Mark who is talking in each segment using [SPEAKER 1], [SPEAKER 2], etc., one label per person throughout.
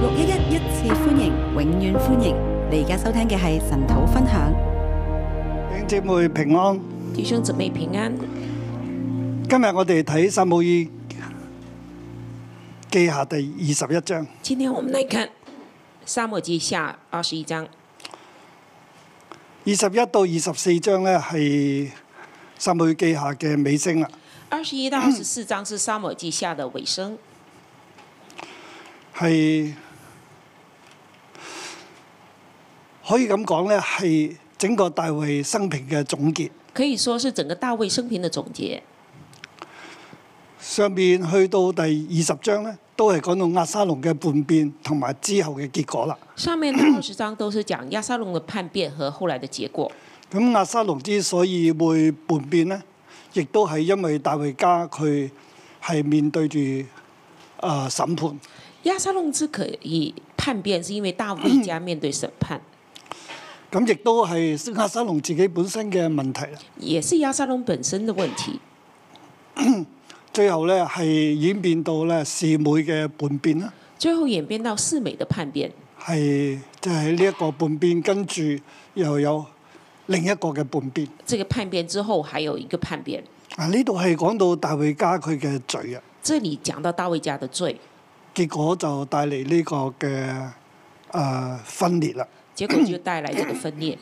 [SPEAKER 1] 六一一一次歡迎，永遠歡迎！你而家收聽嘅係神土分享。
[SPEAKER 2] 弟兄姐妹平安，
[SPEAKER 3] 弟兄姊妹平安。
[SPEAKER 2] 今日我哋睇《撒母耳記下》第二十一章。
[SPEAKER 3] 今天我们来看《沙漠记下》二十一章，
[SPEAKER 2] 二十一到二十四章呢，係《撒母耳記下》嘅尾聲啦，
[SPEAKER 3] 二十一到二十四章是《沙漠记下》的尾声，
[SPEAKER 2] 係可以咁講呢，係整個大衛生平嘅總結。
[SPEAKER 3] 可以说是整个大卫生平的总结。
[SPEAKER 2] 上面去到第二十章呢，都係講到押沙龍嘅叛變同埋之後嘅結果啦。
[SPEAKER 3] 上面的二十章都是讲亚沙龙的叛变和后来的结果。
[SPEAKER 2] 咁亞沙龍之所以會叛變呢，亦都係因為大衛家佢係面對住啊、呃、審判，
[SPEAKER 3] 亚沙龙之可以叛变，是因为大卫家面对审判，
[SPEAKER 2] 咁亦都係亞沙龍自己本身嘅問題啦。
[SPEAKER 3] 也是亚沙龙本身的问题。
[SPEAKER 2] 最後呢，係演變到咧示每嘅叛變啦，
[SPEAKER 3] 最后演变到世美的叛变，
[SPEAKER 2] 係就係呢一個叛變，跟住又有另一個嘅叛變。
[SPEAKER 3] 这个叛变之后还有一个叛变。
[SPEAKER 2] 啊，呢度係講到大衛家佢嘅罪啊，
[SPEAKER 3] 这里讲到大卫家的罪，
[SPEAKER 2] 結果就帶嚟呢個嘅啊、呃分裂啦。
[SPEAKER 3] 结果就带来这个分裂。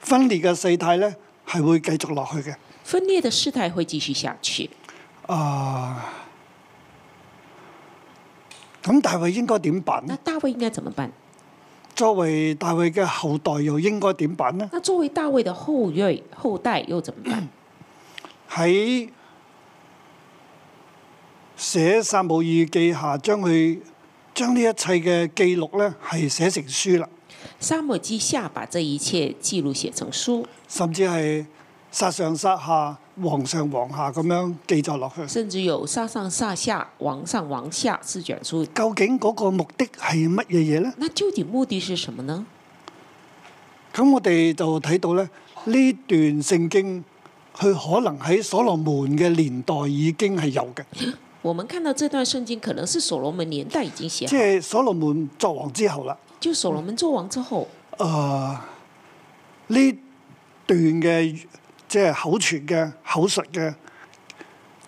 [SPEAKER 2] 分裂嘅勢態呢，係會繼續落去嘅。
[SPEAKER 3] 分裂的事态会继续下去。
[SPEAKER 2] 啊，咁大衛應該點辦
[SPEAKER 3] 那
[SPEAKER 2] 呢？
[SPEAKER 3] 大卫应该怎么办？
[SPEAKER 2] 作為大衛嘅後代，又應該點辦呢？
[SPEAKER 3] 那作为大卫的后裔后代又怎么办？
[SPEAKER 2] 喺寫撒母耳記下，將佢將呢一切嘅記錄呢係寫成書啦，
[SPEAKER 3] 沙漠记下把这一切记录写成书，
[SPEAKER 2] 甚至係殺上殺下、皇上皇下咁樣記載落去。
[SPEAKER 3] 甚至有沙上沙下、王上王下四卷书。
[SPEAKER 2] 究竟嗰個目的係乜嘢嘢呢？
[SPEAKER 3] 那究竟目的是什么呢？
[SPEAKER 2] 咁我哋就睇到咧，呢段聖經佢可能喺所羅門嘅年代已經係有嘅，
[SPEAKER 3] 我们看到这段圣经可能是所罗门年代已经写
[SPEAKER 2] 即
[SPEAKER 3] 好，
[SPEAKER 2] 係所羅門作王之後啦。
[SPEAKER 3] 就所罗门做王之后，
[SPEAKER 2] 誒、呢段嘅即係口傳嘅口述嘅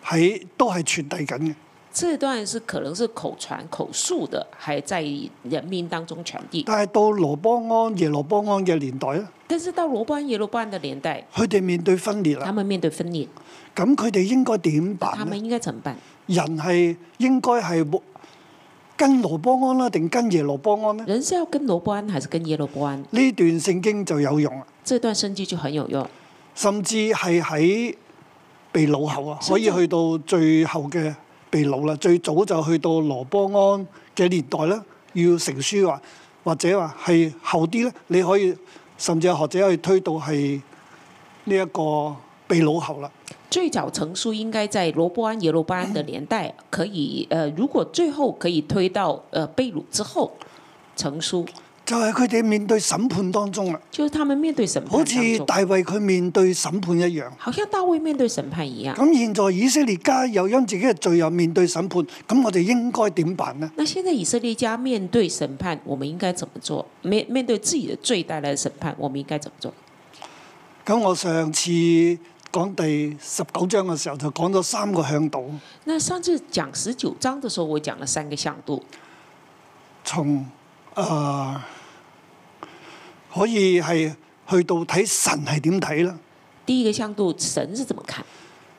[SPEAKER 2] 喺都係傳遞緊嘅。
[SPEAKER 3] 这段是可能是口传口述的，还在人民当中传递。
[SPEAKER 2] 但係到羅波安、耶羅波安嘅年代咧，
[SPEAKER 3] 但是到罗班耶罗班的年代，
[SPEAKER 2] 佢哋面對分裂
[SPEAKER 3] 他
[SPEAKER 2] 啦，
[SPEAKER 3] 们面对分裂，
[SPEAKER 2] 咁佢哋應該點
[SPEAKER 3] 他
[SPEAKER 2] 辦
[SPEAKER 3] 们
[SPEAKER 2] 咧？
[SPEAKER 3] 应该怎么办？
[SPEAKER 2] 人係應該係跟羅波安啦，定跟耶羅波安呢？
[SPEAKER 3] 人是要跟罗伯安还是跟耶罗伯安？
[SPEAKER 2] 呢段聖經就有用啦，
[SPEAKER 3] 这段生句就很有用，
[SPEAKER 2] 甚至係喺被擄後啊，可以去到最後嘅被擄啦。最早就去到羅波安嘅年代啦，要成書話，或者話係後啲咧，你可以甚至有學者去推到係呢一個被擄後啦。
[SPEAKER 3] 最早成书应该在罗伯安、耶罗伯安的年代，可以呃，如果最后可以推到呃被掳之后成书，
[SPEAKER 2] 就係佢哋面對審判當中啦，
[SPEAKER 3] 就是他们面对审判
[SPEAKER 2] 好
[SPEAKER 3] 当
[SPEAKER 2] 似
[SPEAKER 3] 中，
[SPEAKER 2] 大衛佢面對審判一樣。
[SPEAKER 3] 好像大卫面对审判一样。
[SPEAKER 2] 咁現在以色列家又因自己嘅罪又面對審判，咁我哋應該點辦呢？
[SPEAKER 3] 那现在以色列家面对审判，我们应该怎么做？面面对自己的罪带来的审判，我们应该怎么做？
[SPEAKER 2] 咁我上次講第十九章嘅時候就講咗三個向度，
[SPEAKER 3] 那上次讲十九章的时候，我讲了三个向度，
[SPEAKER 2] 從誒、呃可以係去到睇神係點睇啦，
[SPEAKER 3] 第一个向度，神是怎么看？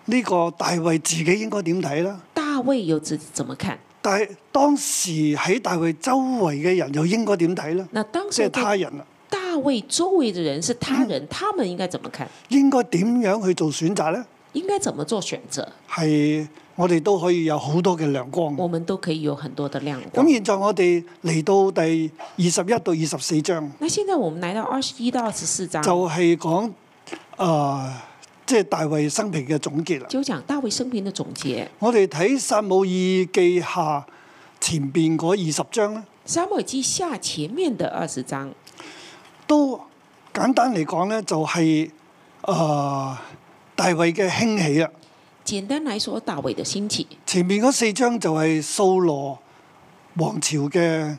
[SPEAKER 2] 呢、個大衛自己應該點睇啦。
[SPEAKER 3] 大卫又怎怎么看？
[SPEAKER 2] 但係當時喺大衛周圍嘅人又應該點睇啦？
[SPEAKER 3] 那当
[SPEAKER 2] 即係
[SPEAKER 3] 时对
[SPEAKER 2] 他人啊啦，
[SPEAKER 3] 大卫周围的人是他人，他们应该怎么看？
[SPEAKER 2] 應該點樣去做選擇呢？
[SPEAKER 3] 应该怎么做选择？
[SPEAKER 2] 係我哋都可以有好多嘅亮光。
[SPEAKER 3] 我們都可以有很多的亮光
[SPEAKER 2] 咁。現在我哋嚟到第二十一到二十四章。
[SPEAKER 3] 那现在我們來到二十一到二十四章，
[SPEAKER 2] 就係講誒，即係大衛生平嘅總結啦。
[SPEAKER 3] 就講大衛生平的總結。
[SPEAKER 2] 我哋睇撒母耳記下前邊嗰二十章咧，
[SPEAKER 3] 撒母耳記下前面的二十章，
[SPEAKER 2] 都呃簡單嚟講咧，就係、誒、大衛嘅興起啦，
[SPEAKER 3] 简单来说，大卫的兴起，
[SPEAKER 2] 前面嗰四章就係掃羅王朝嘅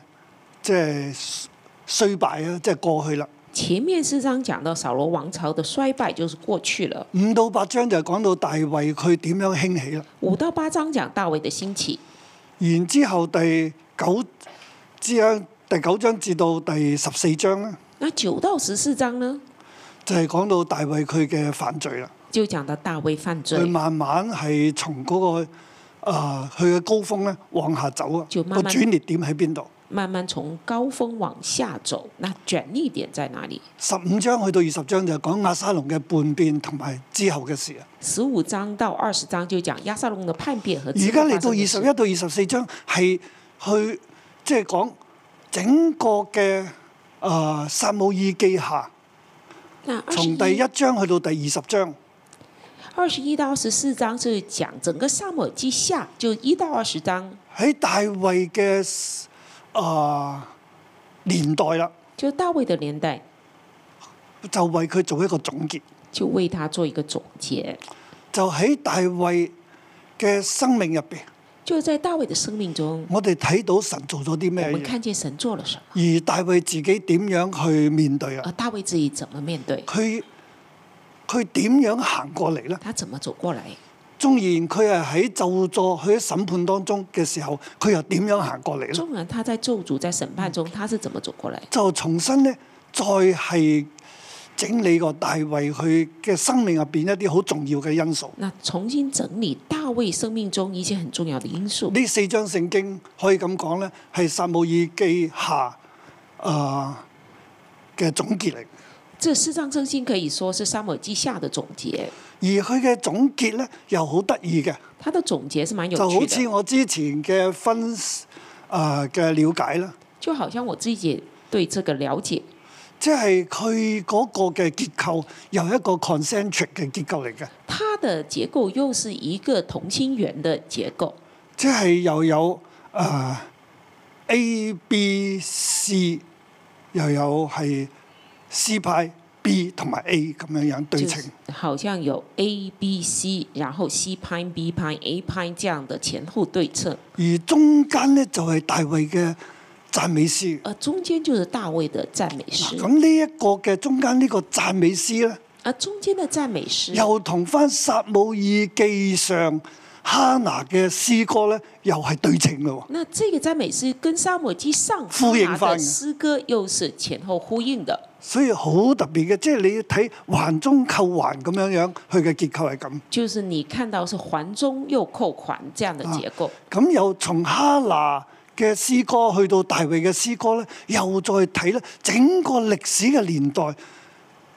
[SPEAKER 2] 即係衰敗啊，即係過去啦。
[SPEAKER 3] 前面四章讲到扫罗王朝的衰败就是过去了，
[SPEAKER 2] 五到八章就講到大衛佢點樣興起啦。
[SPEAKER 3] 五到八章讲大卫的兴起，
[SPEAKER 2] 然之後第九章第九章至到第十四章咧，
[SPEAKER 3] 那九到十四章呢，
[SPEAKER 2] 就係、講到大衛佢嘅犯罪啦。
[SPEAKER 3] 就讲到大卫犯罪
[SPEAKER 2] 佢，慢慢係從嗰、個啊佢嘅高峰咧往下走啊，
[SPEAKER 3] 就慢
[SPEAKER 2] 個
[SPEAKER 3] 慢
[SPEAKER 2] 轉捩點喺邊度？
[SPEAKER 3] 慢慢从高峰往下走，那卷力点在哪里？
[SPEAKER 2] 十五章去到二十章就講亞沙龍嘅叛變同埋之後嘅事啊。
[SPEAKER 3] 十五章到二十章就讲亚撒龙的叛变和
[SPEAKER 2] 而家嚟到二十一到二十四章係去即係講整個嘅啊、撒姆耳記下，
[SPEAKER 3] 那二十
[SPEAKER 2] 從第一章去到第二十章。
[SPEAKER 3] 二十一到十四章是讲整个萨姆耳记下，就一到二十章，
[SPEAKER 2] 喺大衛嘅啊年代啦，
[SPEAKER 3] 就大卫的年代，
[SPEAKER 2] 就為佢做一個總結。
[SPEAKER 3] 就为他做一个总结。
[SPEAKER 2] 就喺大衛嘅生命入邊，
[SPEAKER 3] 就在大卫的生命中，
[SPEAKER 2] 我哋睇到神做咗啲
[SPEAKER 3] 我
[SPEAKER 2] 咩
[SPEAKER 3] 们
[SPEAKER 2] 嘢，
[SPEAKER 3] 看见神做了什么，
[SPEAKER 2] 而大衛自己點樣去面對啊
[SPEAKER 3] 而？大卫自己怎么面对，
[SPEAKER 2] 佢佢點樣行過嚟呢？
[SPEAKER 3] 他怎么走过来。
[SPEAKER 2] 縱然佢係喺就座佢喺審判當中嘅時候，佢又點樣行過嚟呢？
[SPEAKER 3] 纵然他在咒诅、在审判中，他是怎么走过来？
[SPEAKER 2] 就重新呢，再係整理個大衛佢嘅生命入邊一啲好重要嘅因素。
[SPEAKER 3] 那重新整理大卫生命中一些很重要的因素。
[SPEAKER 2] 呢四章聖經可以咁講呢係撒母耳記下啊嘅、總結嚟。
[SPEAKER 3] 这四章圣经可以说是萨姆耳记下的总结，
[SPEAKER 2] 而佢嘅總結呢，又好得意嘅，
[SPEAKER 3] 他的总结是蛮有
[SPEAKER 2] 就好
[SPEAKER 3] 趣
[SPEAKER 2] 似
[SPEAKER 3] 的，
[SPEAKER 2] 我之前嘅分啊嘅、了解啦，
[SPEAKER 3] 就好像我自己对这个了解，
[SPEAKER 2] 即係佢嗰個嘅結構由一個 concentric 嘅結構嚟嘅，
[SPEAKER 3] 它的结构又是一个同心圆的结构，
[SPEAKER 2] 即係又有啊、A、B、C，又有係 C 派、B 同埋 A 咁樣樣對
[SPEAKER 3] 就
[SPEAKER 2] 稱
[SPEAKER 3] 是。好像有 A、B、C，然后 C 拍、B 拍、A 拍这样的前后对称，
[SPEAKER 2] 而中間呢，就係、大衛嘅讚美詩。
[SPEAKER 3] 而中间就是大卫的赞美诗，
[SPEAKER 2] 咁呢一個嘅中間呢個讚美詩呢，
[SPEAKER 3] 而中间的赞美诗
[SPEAKER 2] 又同翻撒姆耳記上哈拿嘅詩歌呢，又係對稱嘅喎。
[SPEAKER 3] 那这个赞美诗跟《沙漠记上》
[SPEAKER 2] 呼应翻
[SPEAKER 3] 的
[SPEAKER 2] 嘅
[SPEAKER 3] 诗歌又是前后呼应的，
[SPEAKER 2] 所以好特別嘅，即係你睇環中扣環咁樣樣，佢嘅結構係咁。
[SPEAKER 3] 就是你看到是环中又扣环这样的结构，
[SPEAKER 2] 咁又從哈拿嘅詩歌去到大衛嘅詩歌呢，又再睇呢整個歷史嘅年代。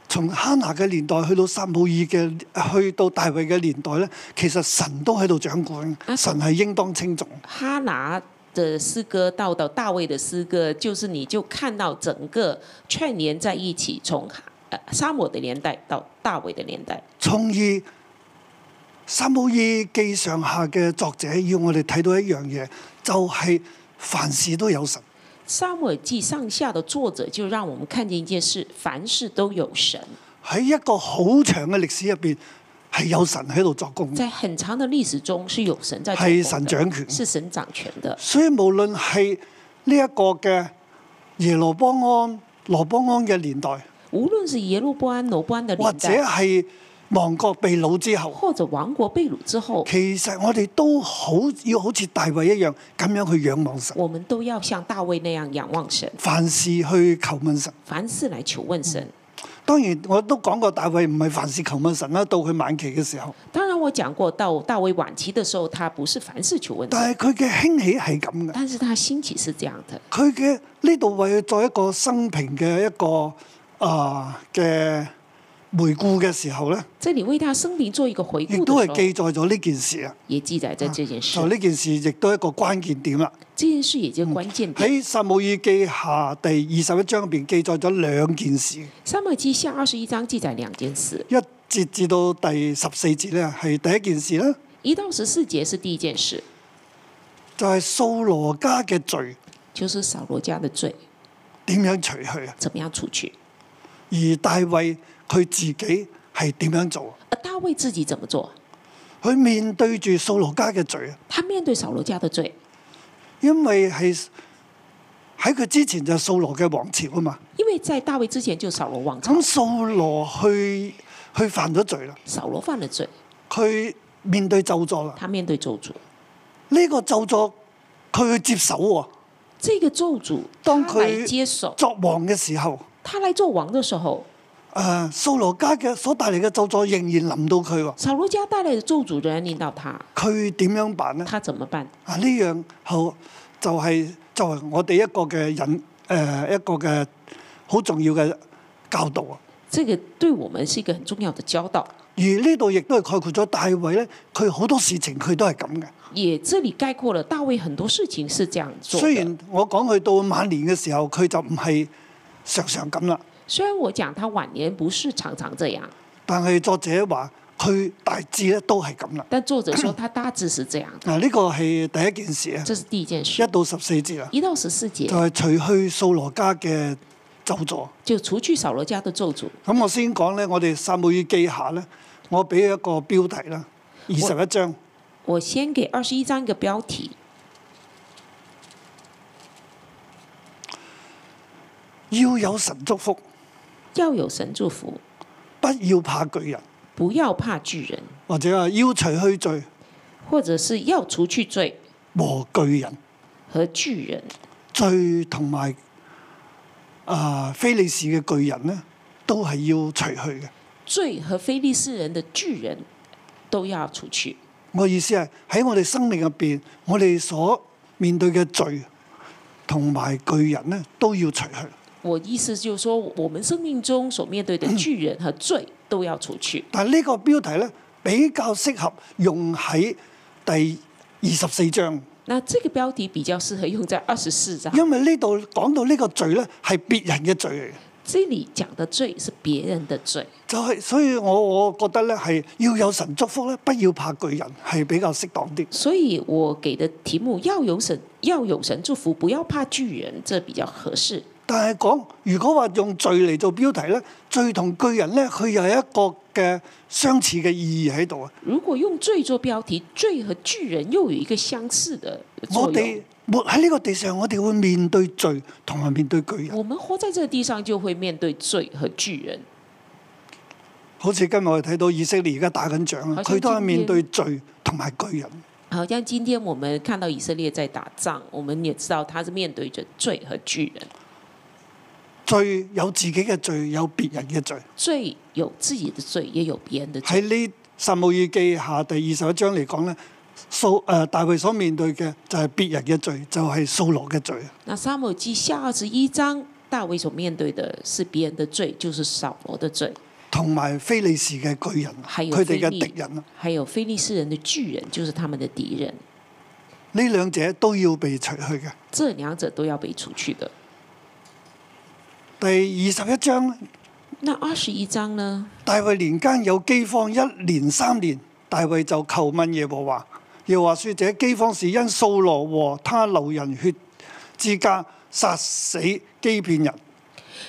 [SPEAKER 2] 從哈拿嘅年代去到撒姆耳嘅，去到大衛嘅年代呢，其實神都喺度掌管，
[SPEAKER 3] 啊
[SPEAKER 2] 神係應當稱重。
[SPEAKER 3] 哈拿的诗歌到到大卫的诗歌，就是你就看到整个串联在一起，从哈呃沙漠的年代到大卫的年代。
[SPEAKER 2] 從而《撒母耳記上下》嘅作者要我哋睇到一樣嘢，就係、凡事都有神。
[SPEAKER 3] 沙漠耳记上下的作者就让我们看见一件事：凡事都有神，
[SPEAKER 2] 喺一個好長嘅歷史入邊，係有神喺度作工，
[SPEAKER 3] 在很长的历史中是有神在做
[SPEAKER 2] 係
[SPEAKER 3] 工
[SPEAKER 2] 神
[SPEAKER 3] 的
[SPEAKER 2] 掌權。
[SPEAKER 3] 是神掌权的。
[SPEAKER 2] 所以無論係呢一個嘅耶羅波安、羅波安嘅年代，
[SPEAKER 3] 无论是耶路波安、罗波安的
[SPEAKER 2] 或
[SPEAKER 3] 年
[SPEAKER 2] 者
[SPEAKER 3] 代，
[SPEAKER 2] 係亡國被擄之後，
[SPEAKER 3] 或者亡国被掳之后，
[SPEAKER 2] 其實我哋都好要好似大衛一樣咁樣去仰望神，
[SPEAKER 3] 我们都要像大卫那样仰望神，
[SPEAKER 2] 凡事去求問神。
[SPEAKER 3] 凡事来求问神。
[SPEAKER 2] 當然，我都講過大衛唔係凡事求問神啦，到佢晚期嘅時候，
[SPEAKER 3] 当然，我讲过，到大卫晚期的時候，他不是凡事求問
[SPEAKER 2] 但
[SPEAKER 3] 神，
[SPEAKER 2] 係佢嘅興起係咁嘅，
[SPEAKER 3] 但是他興起是這樣的，
[SPEAKER 2] 佢嘅呢度為佢作一個生平嘅一個啊嘅、回顧嘅時候咧，
[SPEAKER 3] 這裡為他生平做一個回
[SPEAKER 2] 亦
[SPEAKER 3] 顧
[SPEAKER 2] 都
[SPEAKER 3] 的時
[SPEAKER 2] 係
[SPEAKER 3] 候，
[SPEAKER 2] 記載咗呢件事啊。
[SPEAKER 3] 也記載在這件事
[SPEAKER 2] 就。呢件事亦都係一個關鍵點啦。
[SPEAKER 3] 這件事也就關鍵點。
[SPEAKER 2] 喺撒母耳記下第二十一章入邊記載咗兩件事，
[SPEAKER 3] 撒母耳記下二十一章記載兩件事，
[SPEAKER 2] 一節至到第十四節咧係第一件事啦，
[SPEAKER 3] 一到十四節是第一件事，
[SPEAKER 2] 就係、掃羅家嘅罪
[SPEAKER 3] 就是掃羅家的罪
[SPEAKER 2] 點樣除去啊，
[SPEAKER 3] 怎麼樣除去，
[SPEAKER 2] 而大衛佢自己係點樣做啊？
[SPEAKER 3] 而大衛自己怎麼做？
[SPEAKER 2] 佢面對住掃羅家嘅罪啊，
[SPEAKER 3] 他面对扫罗家的罪，
[SPEAKER 2] 因為係喺佢之前就係掃羅嘅王朝啊嘛，
[SPEAKER 3] 因为在大卫之前就扫罗王朝
[SPEAKER 2] 咁，掃羅去去犯咗罪啦，
[SPEAKER 3] 扫罗犯了罪，
[SPEAKER 2] 佢面對咒詛啦，
[SPEAKER 3] 他面对咒诅。
[SPEAKER 2] 呢、個咒詛佢去接手喎，
[SPEAKER 3] 这个咒诅，
[SPEAKER 2] 当
[SPEAKER 3] 他来
[SPEAKER 2] 佢
[SPEAKER 3] 接手，
[SPEAKER 2] 作王嘅時候。
[SPEAKER 3] 他来做王的时候，
[SPEAKER 2] 誒掃羅家嘅所帶嚟嘅咒詛仍然臨到佢喎，
[SPEAKER 3] 扫罗家带来的咒诅仍然领到他，
[SPEAKER 2] 佢點樣辦呢？
[SPEAKER 3] 他怎么办？
[SPEAKER 2] 啊，呢樣後就係作為我哋一個嘅引誒、一個嘅好重要嘅教導啊。
[SPEAKER 3] 这个对我们是一个很重要的教導，
[SPEAKER 2] 而呢度亦都係概括咗大衛咧，佢好多事情佢都係咁嘅。
[SPEAKER 3] 也这里概括了大卫很多事情是这样做的。
[SPEAKER 2] 雖然我講佢到晚年嘅時候，佢就唔係常常咁啦，
[SPEAKER 3] 虽然我讲他晚年不是常常这样，
[SPEAKER 2] 但係作者話佢大致咧都係咁啦。
[SPEAKER 3] 但作者说他大致是 这样的，
[SPEAKER 2] 嗱、呢個係第一件事啊，
[SPEAKER 3] 这是第一件
[SPEAKER 2] 一
[SPEAKER 3] 事。
[SPEAKER 2] 到十四節啊，
[SPEAKER 3] 一到十四节
[SPEAKER 2] 就係、除去掃羅家嘅咒詛。
[SPEAKER 3] 就除去扫罗家的咒诅。
[SPEAKER 2] 咁我先講咧，我哋撒母耳記下咧，我俾一個標題啦，二十一章
[SPEAKER 3] 我先给二十一章一个标题：
[SPEAKER 2] 要有神祝福，
[SPEAKER 3] 要有神祝福，
[SPEAKER 2] 不要怕巨人，
[SPEAKER 3] 不要怕巨人，
[SPEAKER 2] 或者話要除去罪
[SPEAKER 3] 或者是要除去罪
[SPEAKER 2] 和巨人，
[SPEAKER 3] 和巨人、
[SPEAKER 2] 罪同埋啊非利士嘅巨人咧，都係要除去嘅。
[SPEAKER 3] 罪和非利士人的巨人都要除去。
[SPEAKER 2] 我意思係喺我哋生命入邊，我哋所面對嘅罪同埋巨人咧，都要除去。
[SPEAKER 3] 我意思就是说，我们生命中所面对的巨人和罪都要除去。
[SPEAKER 2] 但係呢個標題咧，比較適合用喺第二十四章。
[SPEAKER 3] 那这个标题比较适合用在二十四章，
[SPEAKER 2] 因為呢度講到呢個罪咧，係別人嘅罪嚟嘅，
[SPEAKER 3] 这里讲的罪是别人的罪，
[SPEAKER 2] 就係、所以我我覺得咧係要有神祝福咧，不要怕巨人係比較適當啲。
[SPEAKER 3] 所以我给的题目要有神，要有神祝福，不要怕巨人，这比较合适。
[SPEAKER 2] 但係講如果話用罪嚟做標題咧，罪同巨人咧，佢又有一個嘅相似嘅意義喺度啊！
[SPEAKER 3] 如果用罪做标题，罪和巨人又有一个相似的
[SPEAKER 2] 我
[SPEAKER 3] 作用
[SPEAKER 2] 哋。活喺呢個地上，我哋會面對罪同埋面對巨人，
[SPEAKER 3] 我们活在这个地上，就会面对罪和巨人。
[SPEAKER 2] 好似今日我哋睇到以色列而家打緊仗啊，
[SPEAKER 3] 好似
[SPEAKER 2] 佢都係
[SPEAKER 3] 今天
[SPEAKER 2] 面對罪同埋巨人。
[SPEAKER 3] 好像今天我们看到以色列在打仗，我们也知道他是面对着罪和巨人。
[SPEAKER 2] 罪有自己嘅罪，有別人嘅罪。
[SPEAKER 3] 罪有自己的罪，也有别人的
[SPEAKER 2] 喺
[SPEAKER 3] 罪。
[SPEAKER 2] 呢《撒母耳記下》第二十一章嚟講咧，掃誒、呃大衛所面對嘅就係別人嘅罪，就係、掃羅嘅罪。
[SPEAKER 3] 那撒母耳记下二十一章，大卫所面对的是别人的罪，就是扫罗的罪，
[SPEAKER 2] 同埋非利士嘅巨人，
[SPEAKER 3] 係有
[SPEAKER 2] 佢哋嘅
[SPEAKER 3] 非利
[SPEAKER 2] 敵人，呢啊
[SPEAKER 3] 还有非利士人的巨人，就是他们的敌人。
[SPEAKER 2] 兩者都要被除去嘅。
[SPEAKER 3] 这两者都要被除去的。
[SPEAKER 2] 第二十一章呢，
[SPEAKER 3] 那二十一章呢？
[SPEAKER 2] 大衛年間有饑荒，一連三年，大衛就求問耶和華。耶和華說：這饑荒是因掃羅和他流人血之家殺死基遍人。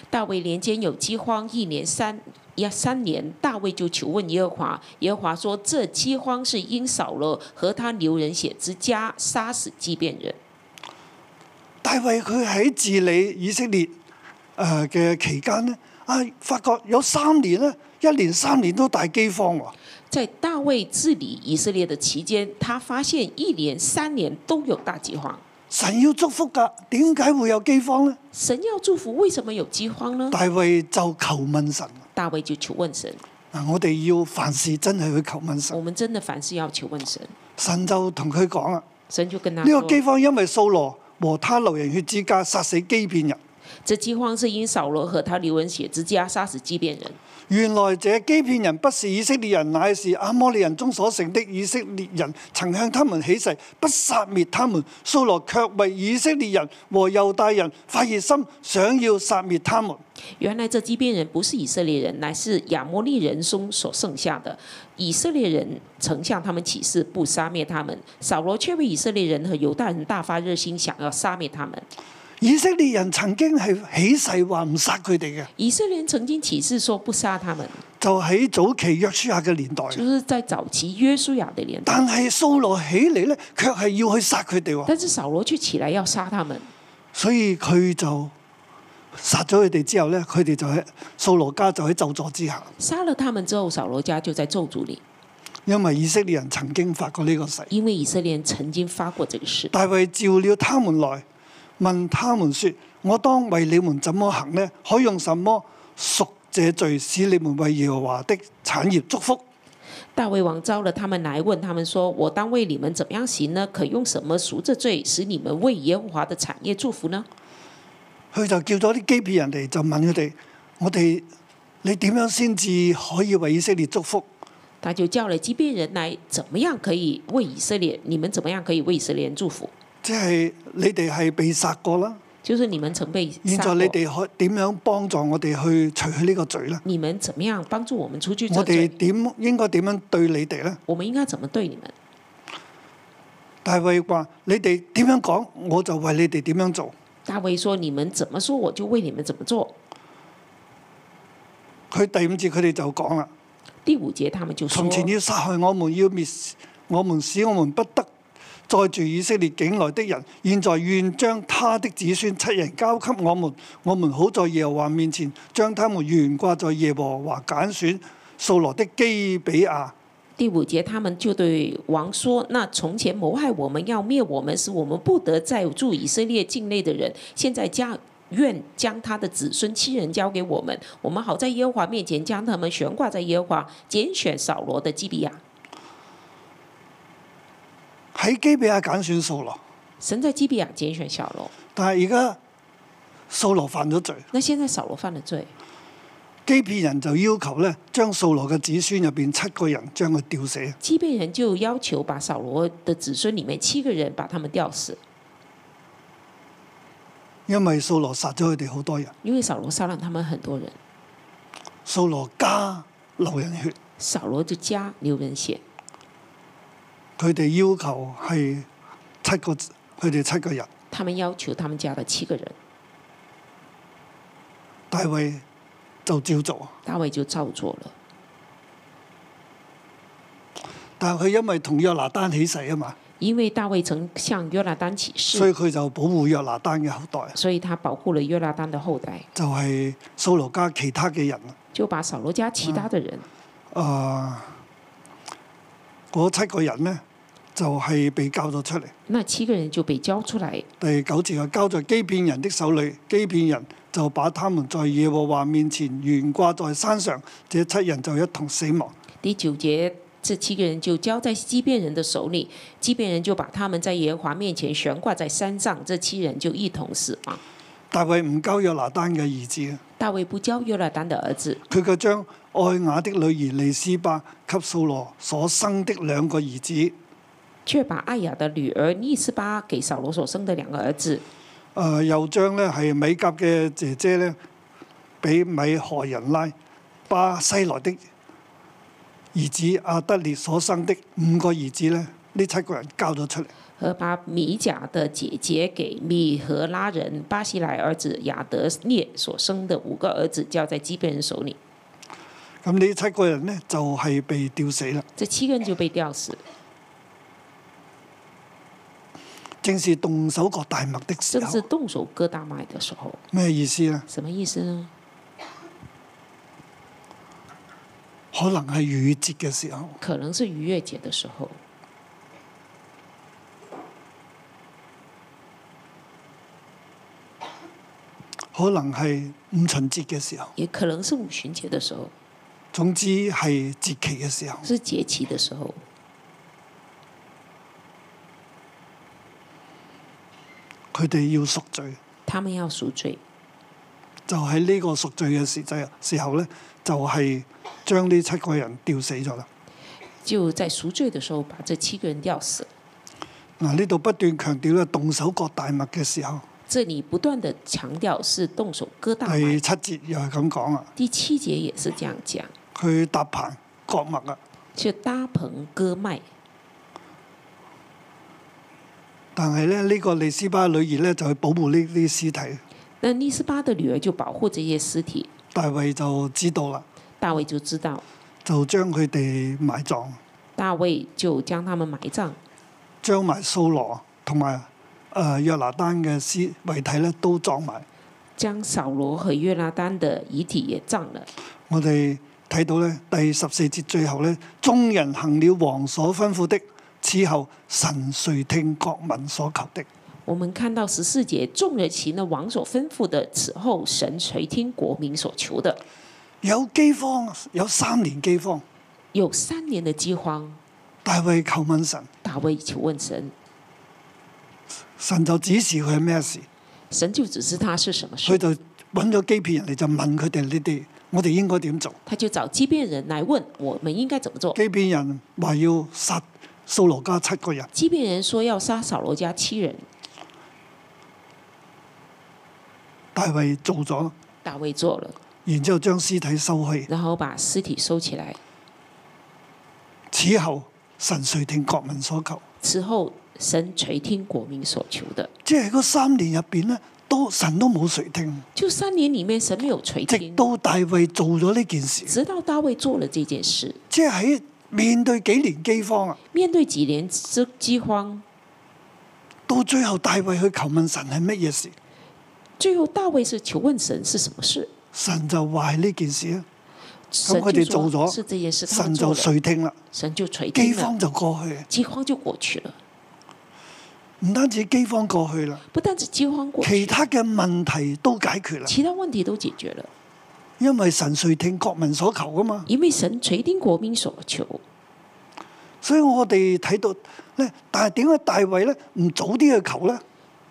[SPEAKER 3] 大卫年间有饥荒，一年三呀三年，大卫就求问耶和华。耶和华说：“这饥荒是因扫罗和他流人血之家杀死畸变人。
[SPEAKER 2] 大衛佢喺治理以色列誒嘅期間咧，啊發覺有三年咧，一連三年都大饑荒喎。”
[SPEAKER 3] 在大卫治理以色列的期间，他发现一连三年都有大饥荒。
[SPEAKER 2] 神要祝福㗎，點解會有饑荒呢？
[SPEAKER 3] 神要祝福，为什么有饥荒呢？
[SPEAKER 2] 大衛就求問神。
[SPEAKER 3] 大卫就求问神。
[SPEAKER 2] 嗱，我哋要凡事真係去求問
[SPEAKER 3] 我
[SPEAKER 2] 神，
[SPEAKER 3] 们真的凡事要求问神，
[SPEAKER 2] 神就同佢啊講啦：
[SPEAKER 3] 神就跟他
[SPEAKER 2] 呢、個
[SPEAKER 3] 说：
[SPEAKER 2] 饑荒因為掃羅和他流人血之家殺死基遍人，
[SPEAKER 3] 这饥荒是因扫罗和他流人血之家杀死畸变人。
[SPEAKER 2] 原來這基遍人不是以色列人，乃是阿摩利人中所剩的以色列人，曾向他們起誓，不殺滅他們。掃羅卻為以色列人和猶大人發熱心，想要殺滅他們。
[SPEAKER 3] 原来这畸变人不是以色列人，乃是亚摩利人中所剩下的。以色列人曾向他们起誓，不杀灭他们。扫罗却为以色列人和犹大人大发热心，想要杀灭他们。
[SPEAKER 2] 以色列人曾經係起誓話唔殺佢哋嘅，
[SPEAKER 3] 以色列人曾经起誓说不杀他们，
[SPEAKER 2] 就喺早期約書亞嘅年代。
[SPEAKER 3] 就是在早期约书亚的年代。
[SPEAKER 2] 但係掃羅起嚟咧，卻係要去殺佢哋喎，
[SPEAKER 3] 但是扫罗却起来要杀他们，
[SPEAKER 2] 所以佢就殺咗佢哋之後咧，佢哋就喺掃羅家就喺咒詛之下，
[SPEAKER 3] 杀了他们之后，扫罗家就在咒诅里，
[SPEAKER 2] 因為以色列人曾經發過呢個誓。
[SPEAKER 3] 因为以色列人曾经发过这个誓。
[SPEAKER 2] 大衛召了他們來，問他們說：我當為你們怎麼行呢？可用什麼贖這罪，使你們為耶和華的產業祝福？
[SPEAKER 3] 大卫王召了他们来，问他们说：“我当为你们怎么样行呢？可用什么赎这罪，使你们为耶和华的产业祝福呢
[SPEAKER 2] 佢就叫咗啲基遍人嚟，就問佢哋：我哋你點樣先至可以為以色列祝福？？”
[SPEAKER 3] 他就叫了基遍人来，怎么样可以为以色列？你们怎么样可以为以色列人祝福？
[SPEAKER 2] 即係你哋係被殺過啦，
[SPEAKER 3] 就是你们曾被
[SPEAKER 2] 現
[SPEAKER 3] 杀
[SPEAKER 2] 在
[SPEAKER 3] 过
[SPEAKER 2] 你，哋可點樣幫助我哋去除去呢個罪呢？
[SPEAKER 3] 你们怎么样帮助我们除去这
[SPEAKER 2] 我哋
[SPEAKER 3] 罪？
[SPEAKER 2] 點應該點樣對你哋呢？
[SPEAKER 3] 我们应该怎么对你们？
[SPEAKER 2] 大衛話：你哋點樣講，我就為你哋點樣做。
[SPEAKER 3] 大卫说：“你们怎么说，我就为你们怎么做。
[SPEAKER 2] 佢第五節佢哋就講啦。”
[SPEAKER 3] 第五节他们就说
[SPEAKER 2] 從：前要殺害我們，要滅我們，使我們不得再住以色列境內的人。現在願將他的子孫七人交給我們，我們好在耶和華面前將他們懸掛在耶和華揀選掃羅的基比亞。
[SPEAKER 3] 第五节，他们就对王说：“那从前谋害我们要灭我们，使我们不得再住以色列境内的人，现在将愿将他的子孙七人交给我们，我们好在耶和华面前将他们悬挂在耶和华拣选扫罗的基比亚。
[SPEAKER 2] 喺基比亞揀選掃羅，
[SPEAKER 3] 神在基比亚拣选扫罗，
[SPEAKER 2] 但係而家掃羅犯咗罪，
[SPEAKER 3] 那现在扫罗犯了罪，
[SPEAKER 2] 基比人就要求咧將掃羅嘅子孫入邊七個人將佢吊死。
[SPEAKER 3] 基遍人就要求把扫罗的子孫里面七个人把他们吊死，
[SPEAKER 2] 因為掃羅殺咗佢哋好多人，
[SPEAKER 3] 因为扫罗杀了他们很多人，
[SPEAKER 2] 掃羅家流人血，
[SPEAKER 3] 扫罗就家流人血。”
[SPEAKER 2] 佢哋要求係七個，佢哋七個人。
[SPEAKER 3] 他们要求他们家的七个人，
[SPEAKER 2] 大衛就照做，
[SPEAKER 3] 大卫就照做了。
[SPEAKER 2] 但係佢因為同約拿單起誓啊嘛，
[SPEAKER 3] 因为大卫曾向约拿丹起誓，
[SPEAKER 2] 所
[SPEAKER 3] 所
[SPEAKER 2] 以
[SPEAKER 3] 以
[SPEAKER 2] 佢就保護約拿單嘅後代，
[SPEAKER 3] 他保護了约拿丹的后代，
[SPEAKER 2] 就係、掃羅家其他嘅人。
[SPEAKER 3] 就把扫罗家其他的人，
[SPEAKER 2] 嗯啊、嗰七個人呢，就係、被交咗出嚟。
[SPEAKER 3] 那七个人就被交出来。
[SPEAKER 2] 第九節又交在基遍人的手裏，基遍人就把他們在耶和華面前懸掛在山上，這七人就一同死亡。
[SPEAKER 3] 第九节，这七个人就交在基遍人的手里，基遍人就把他们在耶和华面前悬挂在山上，这七人就一同死亡。
[SPEAKER 2] 大衛唔交約拿單嘅兒子嘅。
[SPEAKER 3] 大卫不交约拿丹的儿子，
[SPEAKER 2] 佢嘅將愛雅的女兒利斯巴給掃羅所生的兩個兒子，
[SPEAKER 3] 却把艾雅的女儿利斯巴给扫罗所生的两个儿子，
[SPEAKER 2] 呃、又將咧係米甲嘅姐姐咧，俾米何人拉巴西萊的兒子阿德烈所生的五個兒子咧，呢七個人交咗出嚟。
[SPEAKER 3] 和把米甲的姐姐给米和拉人巴西莱儿子亚德列所生的五个儿子交在基遍人手里，
[SPEAKER 2] 咁呢七個人咧就係、被吊死啦，
[SPEAKER 3] 这七个人就被吊死。
[SPEAKER 2] 正是動手割大麥的時
[SPEAKER 3] 正是
[SPEAKER 2] 候。
[SPEAKER 3] 动手割大麦的时候，
[SPEAKER 2] 咩意思咧？
[SPEAKER 3] 什么意思呢？
[SPEAKER 2] 可能係逾越節嘅時候，
[SPEAKER 3] 可能是逾越节的时候，
[SPEAKER 2] 可能係五旬節嘅時候，
[SPEAKER 3] 也可能是五旬节的时候，
[SPEAKER 2] 總之係節期嘅時候。
[SPEAKER 3] 是节期的时候。
[SPEAKER 2] 佢哋要贖罪，
[SPEAKER 3] 他们要赎罪，
[SPEAKER 2] 就喺呢個贖罪嘅時際時候咧，就係、將呢七個人吊死咗啦。
[SPEAKER 3] 就在赎罪的时候把这七个人吊死。
[SPEAKER 2] 嗱，呢度不斷強調咧動手割大麥嘅時候，
[SPEAKER 3] 这里不断的强调是动手割大
[SPEAKER 2] 第
[SPEAKER 3] 麦。
[SPEAKER 2] 七節又係咁講啊，
[SPEAKER 3] 第七节也是这样讲，
[SPEAKER 2] 佢搭棚割麥啊，
[SPEAKER 3] 是搭棚割麦。
[SPEAKER 2] 但係咧呢、呢個利斯巴女兒咧就去保護呢啲屍體，
[SPEAKER 3] 那利斯巴的女儿就保护这些尸体，
[SPEAKER 2] 大衛就知道啦，
[SPEAKER 3] 大卫就知道，
[SPEAKER 2] 就將佢哋埋葬，
[SPEAKER 3] 大卫就将他们埋葬，
[SPEAKER 2] 將埋掃羅同埋誒約拿丹嘅屍遺體咧都葬埋。
[SPEAKER 3] 将扫罗和约拿丹的遗体也葬了。
[SPEAKER 2] 我哋睇到咧第十四節最後咧，眾人行了王所吩咐的，此後神垂聽國民所求的。
[SPEAKER 3] 我们看到十四节，众人行了王所吩咐的，此后神垂听国民所求的。
[SPEAKER 2] 有饑荒，有三年饑荒，
[SPEAKER 3] 有三年的饥荒，
[SPEAKER 2] 大衛求問神，
[SPEAKER 3] 大卫求问神，
[SPEAKER 2] 神就指示佢係咩事，
[SPEAKER 3] 神就指示他是什么
[SPEAKER 2] 佢
[SPEAKER 3] 事，
[SPEAKER 2] 就揾咗基遍人嚟就問佢哋呢啲，我哋應該點做？
[SPEAKER 3] 他就找畸变人来问我们应该怎么做。
[SPEAKER 2] 基遍人話要殺掃羅家七個人，
[SPEAKER 3] 畸变人说要杀扫罗家七人，
[SPEAKER 2] 大衛做咗，
[SPEAKER 3] 大卫做了，
[SPEAKER 2] 然之後將屍體收去。
[SPEAKER 3] 然后把尸体收起来。
[SPEAKER 2] 此後神垂聽國民所求，
[SPEAKER 3] 此后，神垂听国民所求的。
[SPEAKER 2] 即係嗰三年入邊咧，都神都冇垂聽。
[SPEAKER 3] 就三年里面，神没有垂
[SPEAKER 2] 直
[SPEAKER 3] 听，
[SPEAKER 2] 到大衛做咗呢件事，
[SPEAKER 3] 直到大卫做了这件事。
[SPEAKER 2] 即係喺面對幾年饑荒啊，
[SPEAKER 3] 面对几年之饥荒，
[SPEAKER 2] 到最後大衛去求問神係乜嘢事，
[SPEAKER 3] 最后大卫是求问神是什么事，
[SPEAKER 2] 神就話係呢件事啊，
[SPEAKER 3] 神
[SPEAKER 2] 佢
[SPEAKER 3] 就
[SPEAKER 2] 哋
[SPEAKER 3] 说
[SPEAKER 2] 做咗
[SPEAKER 3] 是这件事，他
[SPEAKER 2] 神
[SPEAKER 3] 们
[SPEAKER 2] 就
[SPEAKER 3] 做了，
[SPEAKER 2] 垂聽啦，
[SPEAKER 3] 神就垂听
[SPEAKER 2] 饑
[SPEAKER 3] 了
[SPEAKER 2] 荒，就過去，
[SPEAKER 3] 饥荒就过去了。
[SPEAKER 2] 唔單止饑荒過去啦，
[SPEAKER 3] 不但是饥荒过去
[SPEAKER 2] 其，他嘅問題都解決啦，
[SPEAKER 3] 其他问题都解决了，
[SPEAKER 2] 因為神垂聽國民所求啊嘛，
[SPEAKER 3] 因为神垂听国民所求。
[SPEAKER 2] 所以我哋睇到咧，但係點解大衛咧唔早啲去求咧？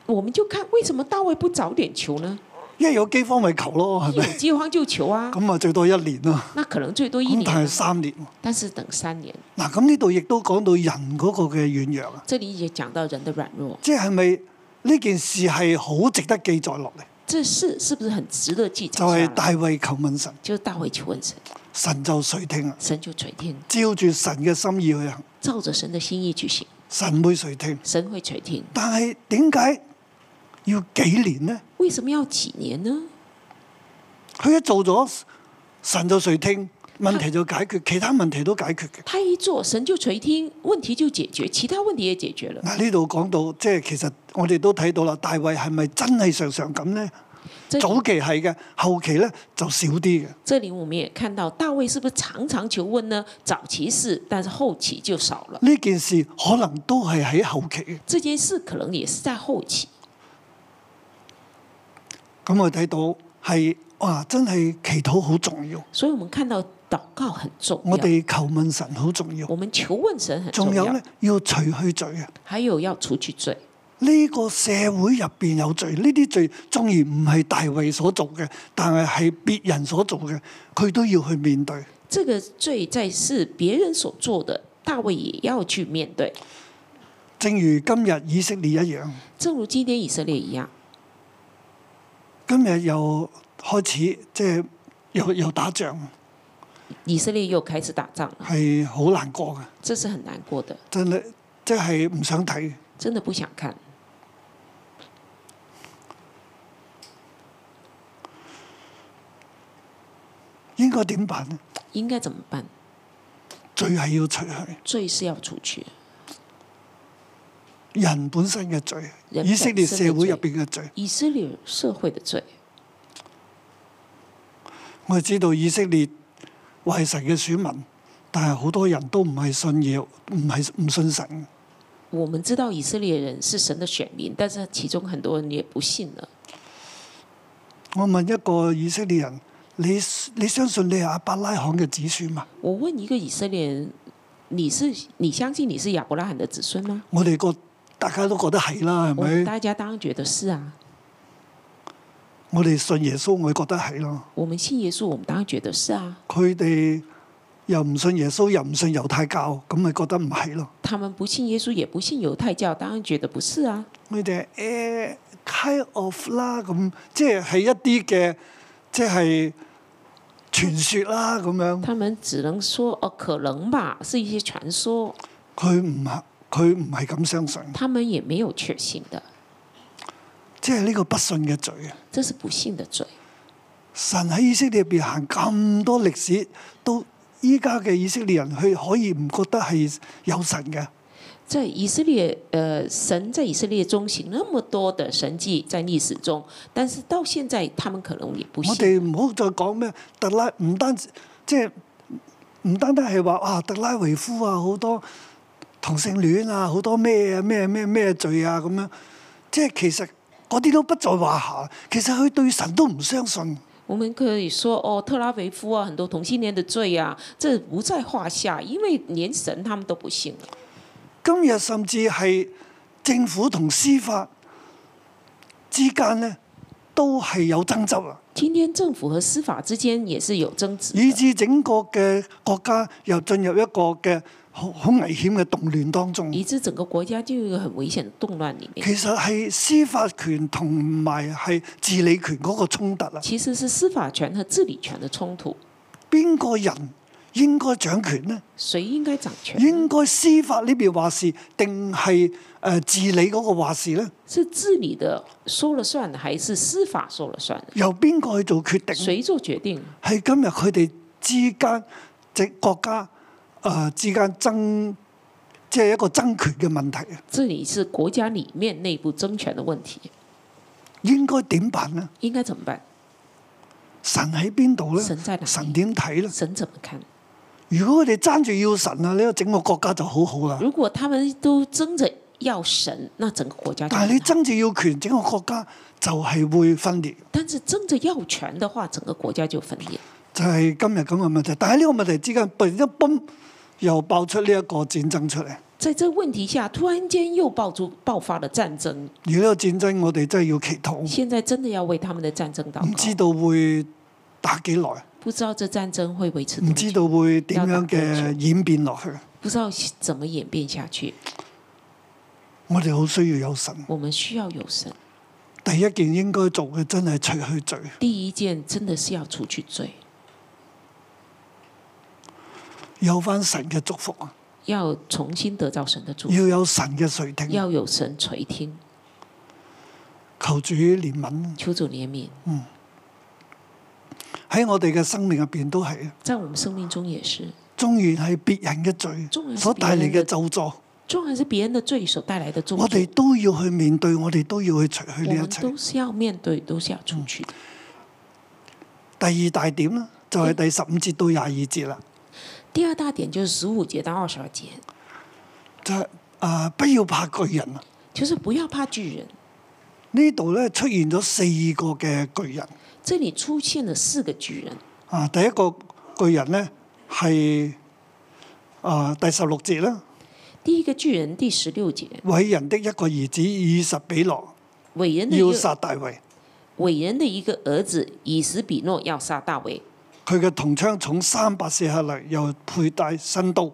[SPEAKER 3] 我们就看为什么大卫不早点求呢？
[SPEAKER 2] 因為有饑荒咪求咯，
[SPEAKER 3] 一
[SPEAKER 2] 係咪？
[SPEAKER 3] 有饥荒就 求啊，
[SPEAKER 2] 咁啊最多一年咯，
[SPEAKER 3] 那可能最多一
[SPEAKER 2] 咁
[SPEAKER 3] 年
[SPEAKER 2] 但係
[SPEAKER 3] 啊，
[SPEAKER 2] 三年喎。
[SPEAKER 3] 但是等三年。
[SPEAKER 2] 嗱，咁呢度亦都講到人嗰個嘅軟弱啊，
[SPEAKER 3] 这里也讲到人的软弱，
[SPEAKER 2] 即係咪呢件事係好值得記載落嚟？
[SPEAKER 3] 这事是不是很值得记载
[SPEAKER 2] 就
[SPEAKER 3] 下
[SPEAKER 2] 係、
[SPEAKER 3] 来？
[SPEAKER 2] 大衛求問神，
[SPEAKER 3] 就是大卫求问神，
[SPEAKER 2] 神就垂聽啊，
[SPEAKER 3] 神就垂听，
[SPEAKER 2] 照住神嘅心意去行，
[SPEAKER 3] 照着神的心意去行，
[SPEAKER 2] 神會垂聽。
[SPEAKER 3] 神会垂听。
[SPEAKER 2] 但係點解要幾年呢？
[SPEAKER 3] 为什么要几年呢？
[SPEAKER 2] 佢一做咗，神就垂聽，問題就解決，其他問題都解決嘅。
[SPEAKER 3] 他一做，神就垂听，问题就解决，其他问题也解决了。
[SPEAKER 2] 嗱，呢度講到即係其實我哋都睇到啦，大衛係咪真係常常咁呢？
[SPEAKER 3] 这
[SPEAKER 2] 早期係嘅，後期呢就少啲嘅。
[SPEAKER 3] 这里我们也看到大卫是不是常常求问呢？早期是，但是后期就少了。
[SPEAKER 2] 呢件事可能都係喺後期嘅。
[SPEAKER 3] 这件事可能也是在后期。
[SPEAKER 2] 咁我睇到係哇，真係祈禱好重要，
[SPEAKER 3] 所以我们看到祷告很重要，
[SPEAKER 2] 我哋求問神好重要，
[SPEAKER 3] 我们求问神很
[SPEAKER 2] 仲
[SPEAKER 3] 重
[SPEAKER 2] 有
[SPEAKER 3] 要
[SPEAKER 2] 呢，，要除去罪啊！
[SPEAKER 3] 还有要除去罪。
[SPEAKER 2] 呢、個社會入邊有罪，呢啲罪縱然唔係大衛所做嘅，但係係別人所做嘅，佢都要去面對。
[SPEAKER 3] 这个罪在是别人所做的，大卫也要去面对。
[SPEAKER 2] 正如今日以色列一樣，
[SPEAKER 3] 正如今天以色列一样，
[SPEAKER 2] 今日又開始即係又又打仗，
[SPEAKER 3] 以色列又开始打仗了，
[SPEAKER 2] 係好難過嘅，
[SPEAKER 3] 这是很难过的，
[SPEAKER 2] 真係即係唔想睇。
[SPEAKER 3] 真的不想看。
[SPEAKER 2] 應該點辦呢？
[SPEAKER 3] 应该怎么办？
[SPEAKER 2] 罪係要除去。
[SPEAKER 3] 罪是要除去，
[SPEAKER 2] 人本身嘅罪，
[SPEAKER 3] 人
[SPEAKER 2] 以色列社會入
[SPEAKER 3] 本
[SPEAKER 2] 邊嘅罪。
[SPEAKER 3] 以色列社会的罪。
[SPEAKER 2] 我哋知道以色列為神嘅選民，但係好多人都唔係信耶，唔係唔信神。
[SPEAKER 3] 我们知道以色列人是神的选民，但是其中很多人也不信了。
[SPEAKER 2] 我問一個以色列人：你你相信你係阿伯拉罕嘅子孫嘛？
[SPEAKER 3] 我问一个以色列人，你是你相信你是亚伯拉罕的子孙吗？
[SPEAKER 2] 我哋個大家都覺得係啦，
[SPEAKER 3] 我们
[SPEAKER 2] 係咪？
[SPEAKER 3] 大家当然觉得是啊，
[SPEAKER 2] 我哋信耶穌，我哋覺得係咯。
[SPEAKER 3] 我们信耶稣，我们当然觉得是啊。
[SPEAKER 2] 佢哋又唔信耶穌，又唔信猶太教，咁咪覺得唔係咯。
[SPEAKER 3] 他们不信耶稣，也不信犹太教，当然觉得不是啊。
[SPEAKER 2] 佢哋誒 kind of 啦，咁即係係一啲嘅，即係傳說啦咁樣。
[SPEAKER 3] 他们只能说哦，可能吧，是一些传说，
[SPEAKER 2] 佢唔係佢唔係咁相信，
[SPEAKER 3] 他们也没有确信的，
[SPEAKER 2] 即係呢個不信嘅罪啊！
[SPEAKER 3] 这是不信的罪。
[SPEAKER 2] 神喺以色列入邊行咁多歷史，到依家嘅以色列人，佢可以唔覺得係有神嘅。
[SPEAKER 3] 在以色列，呃，神在以色列中行那么多的神迹，在历史中，但是到现在他们可能也不
[SPEAKER 2] 我
[SPEAKER 3] 信。
[SPEAKER 2] 哋唔好再講咩特拉，唔單止即係唔單單係話啊特拉維夫啊，好多同性戀啊，好多咩啊咩咩咩罪啊咁樣，即係其實嗰啲都不在話下。其實佢對神都唔相信，
[SPEAKER 3] 我们可以说，哦，特拉维夫啊，很多同性恋的罪啊，这不在话下，因为连神他们都不信了。
[SPEAKER 2] 今日甚至係政府同司法之間呢，都係有爭執啊。
[SPEAKER 3] 今天政府和司法之间也是有争执的，
[SPEAKER 2] 以至整個嘅國家又進入一個嘅好好危險嘅動亂當中。
[SPEAKER 3] 以致整个国家进入一個很危险的动乱里面。
[SPEAKER 2] 其實係司法權同埋係治理權嗰個衝突啊，
[SPEAKER 3] 其實是司法權和治理權的衝突，
[SPEAKER 2] 邊個人應該掌權呢？
[SPEAKER 3] 誰應該掌權？
[SPEAKER 2] 應該司法呢邊話事，定係誒治理嗰個話事呢？
[SPEAKER 3] 是治理的说了算，还是司法说了算？
[SPEAKER 2] 由邊個去做決定？
[SPEAKER 3] 谁做决定？
[SPEAKER 2] 係今日佢哋之間，即國家誒、呃之間爭，即係一個爭權嘅問題啊！
[SPEAKER 3] 这里是国家里面内部争权的问题，
[SPEAKER 2] 應該點辦呢？
[SPEAKER 3] 应该怎么办？
[SPEAKER 2] 神喺邊度
[SPEAKER 3] 神在哪
[SPEAKER 2] 呢？
[SPEAKER 3] 裡
[SPEAKER 2] 神點睇呢？
[SPEAKER 3] 神怎么看？
[SPEAKER 2] 如果佢哋爭住要神啊，呢、個整個國家就好好啦。
[SPEAKER 3] 如果他们都争着要神，那整个国家就
[SPEAKER 2] 但係你
[SPEAKER 3] 很好
[SPEAKER 2] 爭住要權，整個國家就係會分裂，
[SPEAKER 3] 但是争着要权的话，整个国家就分裂。
[SPEAKER 2] 就係、今日咁嘅問題。但係呢個問題之間，突然一崩又爆出呢一個戰爭出嚟。
[SPEAKER 3] 在这问题下，突然间又爆出爆发了战争，
[SPEAKER 2] 而呢個戰爭，我哋真係要祈禱，
[SPEAKER 3] 现在真的要为他们的战争祷
[SPEAKER 2] 唔知
[SPEAKER 3] 告。
[SPEAKER 2] 道會打幾耐，
[SPEAKER 3] 不知道这战争会维持多
[SPEAKER 2] 唔知
[SPEAKER 3] 久，
[SPEAKER 2] 道會點樣嘅演變落去。
[SPEAKER 3] 不知道怎么演变下去。
[SPEAKER 2] 我哋好需要有神。
[SPEAKER 3] 我们需要有神。
[SPEAKER 2] 第一件應該做嘅，真係除去罪。
[SPEAKER 3] 第一件真的是要除去罪，
[SPEAKER 2] 有翻神嘅祝福啊！
[SPEAKER 3] 要重新得到神的祝福，
[SPEAKER 2] 要有神嘅垂聽，
[SPEAKER 3] 要有神垂听，
[SPEAKER 2] 求主憐憫
[SPEAKER 3] 求主怜悯。
[SPEAKER 2] 喺我哋嘅生命入邊都係啊。
[SPEAKER 3] 在我们生命中也是，
[SPEAKER 2] 縱然係別人嘅
[SPEAKER 3] 縱然
[SPEAKER 2] 罪
[SPEAKER 3] 係
[SPEAKER 2] 所帶嚟
[SPEAKER 3] 別人
[SPEAKER 2] 嘅
[SPEAKER 3] 嘅
[SPEAKER 2] 咒詛，
[SPEAKER 3] 纵然是別人的罪所帶來的咒
[SPEAKER 2] 我哋
[SPEAKER 3] 詛，
[SPEAKER 2] 都要去面對，我哋都要去除去嗯
[SPEAKER 3] 我
[SPEAKER 2] 呢一
[SPEAKER 3] 們
[SPEAKER 2] 切
[SPEAKER 3] 都。是要面對，都是要出去。
[SPEAKER 2] 第二大點啦，就
[SPEAKER 3] 嗯
[SPEAKER 2] 係第十五節到廿二節啦，
[SPEAKER 3] 第二大點就是十五節到二十二節，
[SPEAKER 2] 就係、啊不要怕巨人啊！
[SPEAKER 3] 就是不要怕巨人。
[SPEAKER 2] 呢度咧出現咗四個嘅巨人
[SPEAKER 3] 这里出現了四個巨人，
[SPEAKER 2] 啊，第一個巨人咧係啊第十六節啦，
[SPEAKER 3] 第一個巨人第十六節，
[SPEAKER 2] 偉人的一個兒子以實比羅
[SPEAKER 3] 偉人的一
[SPEAKER 2] 要
[SPEAKER 3] 個
[SPEAKER 2] 殺大衛，
[SPEAKER 3] 偉人的一個兒子以實比諾要殺大衛，
[SPEAKER 2] 佢嘅銅槍重三百四克勒，又佩戴新刀。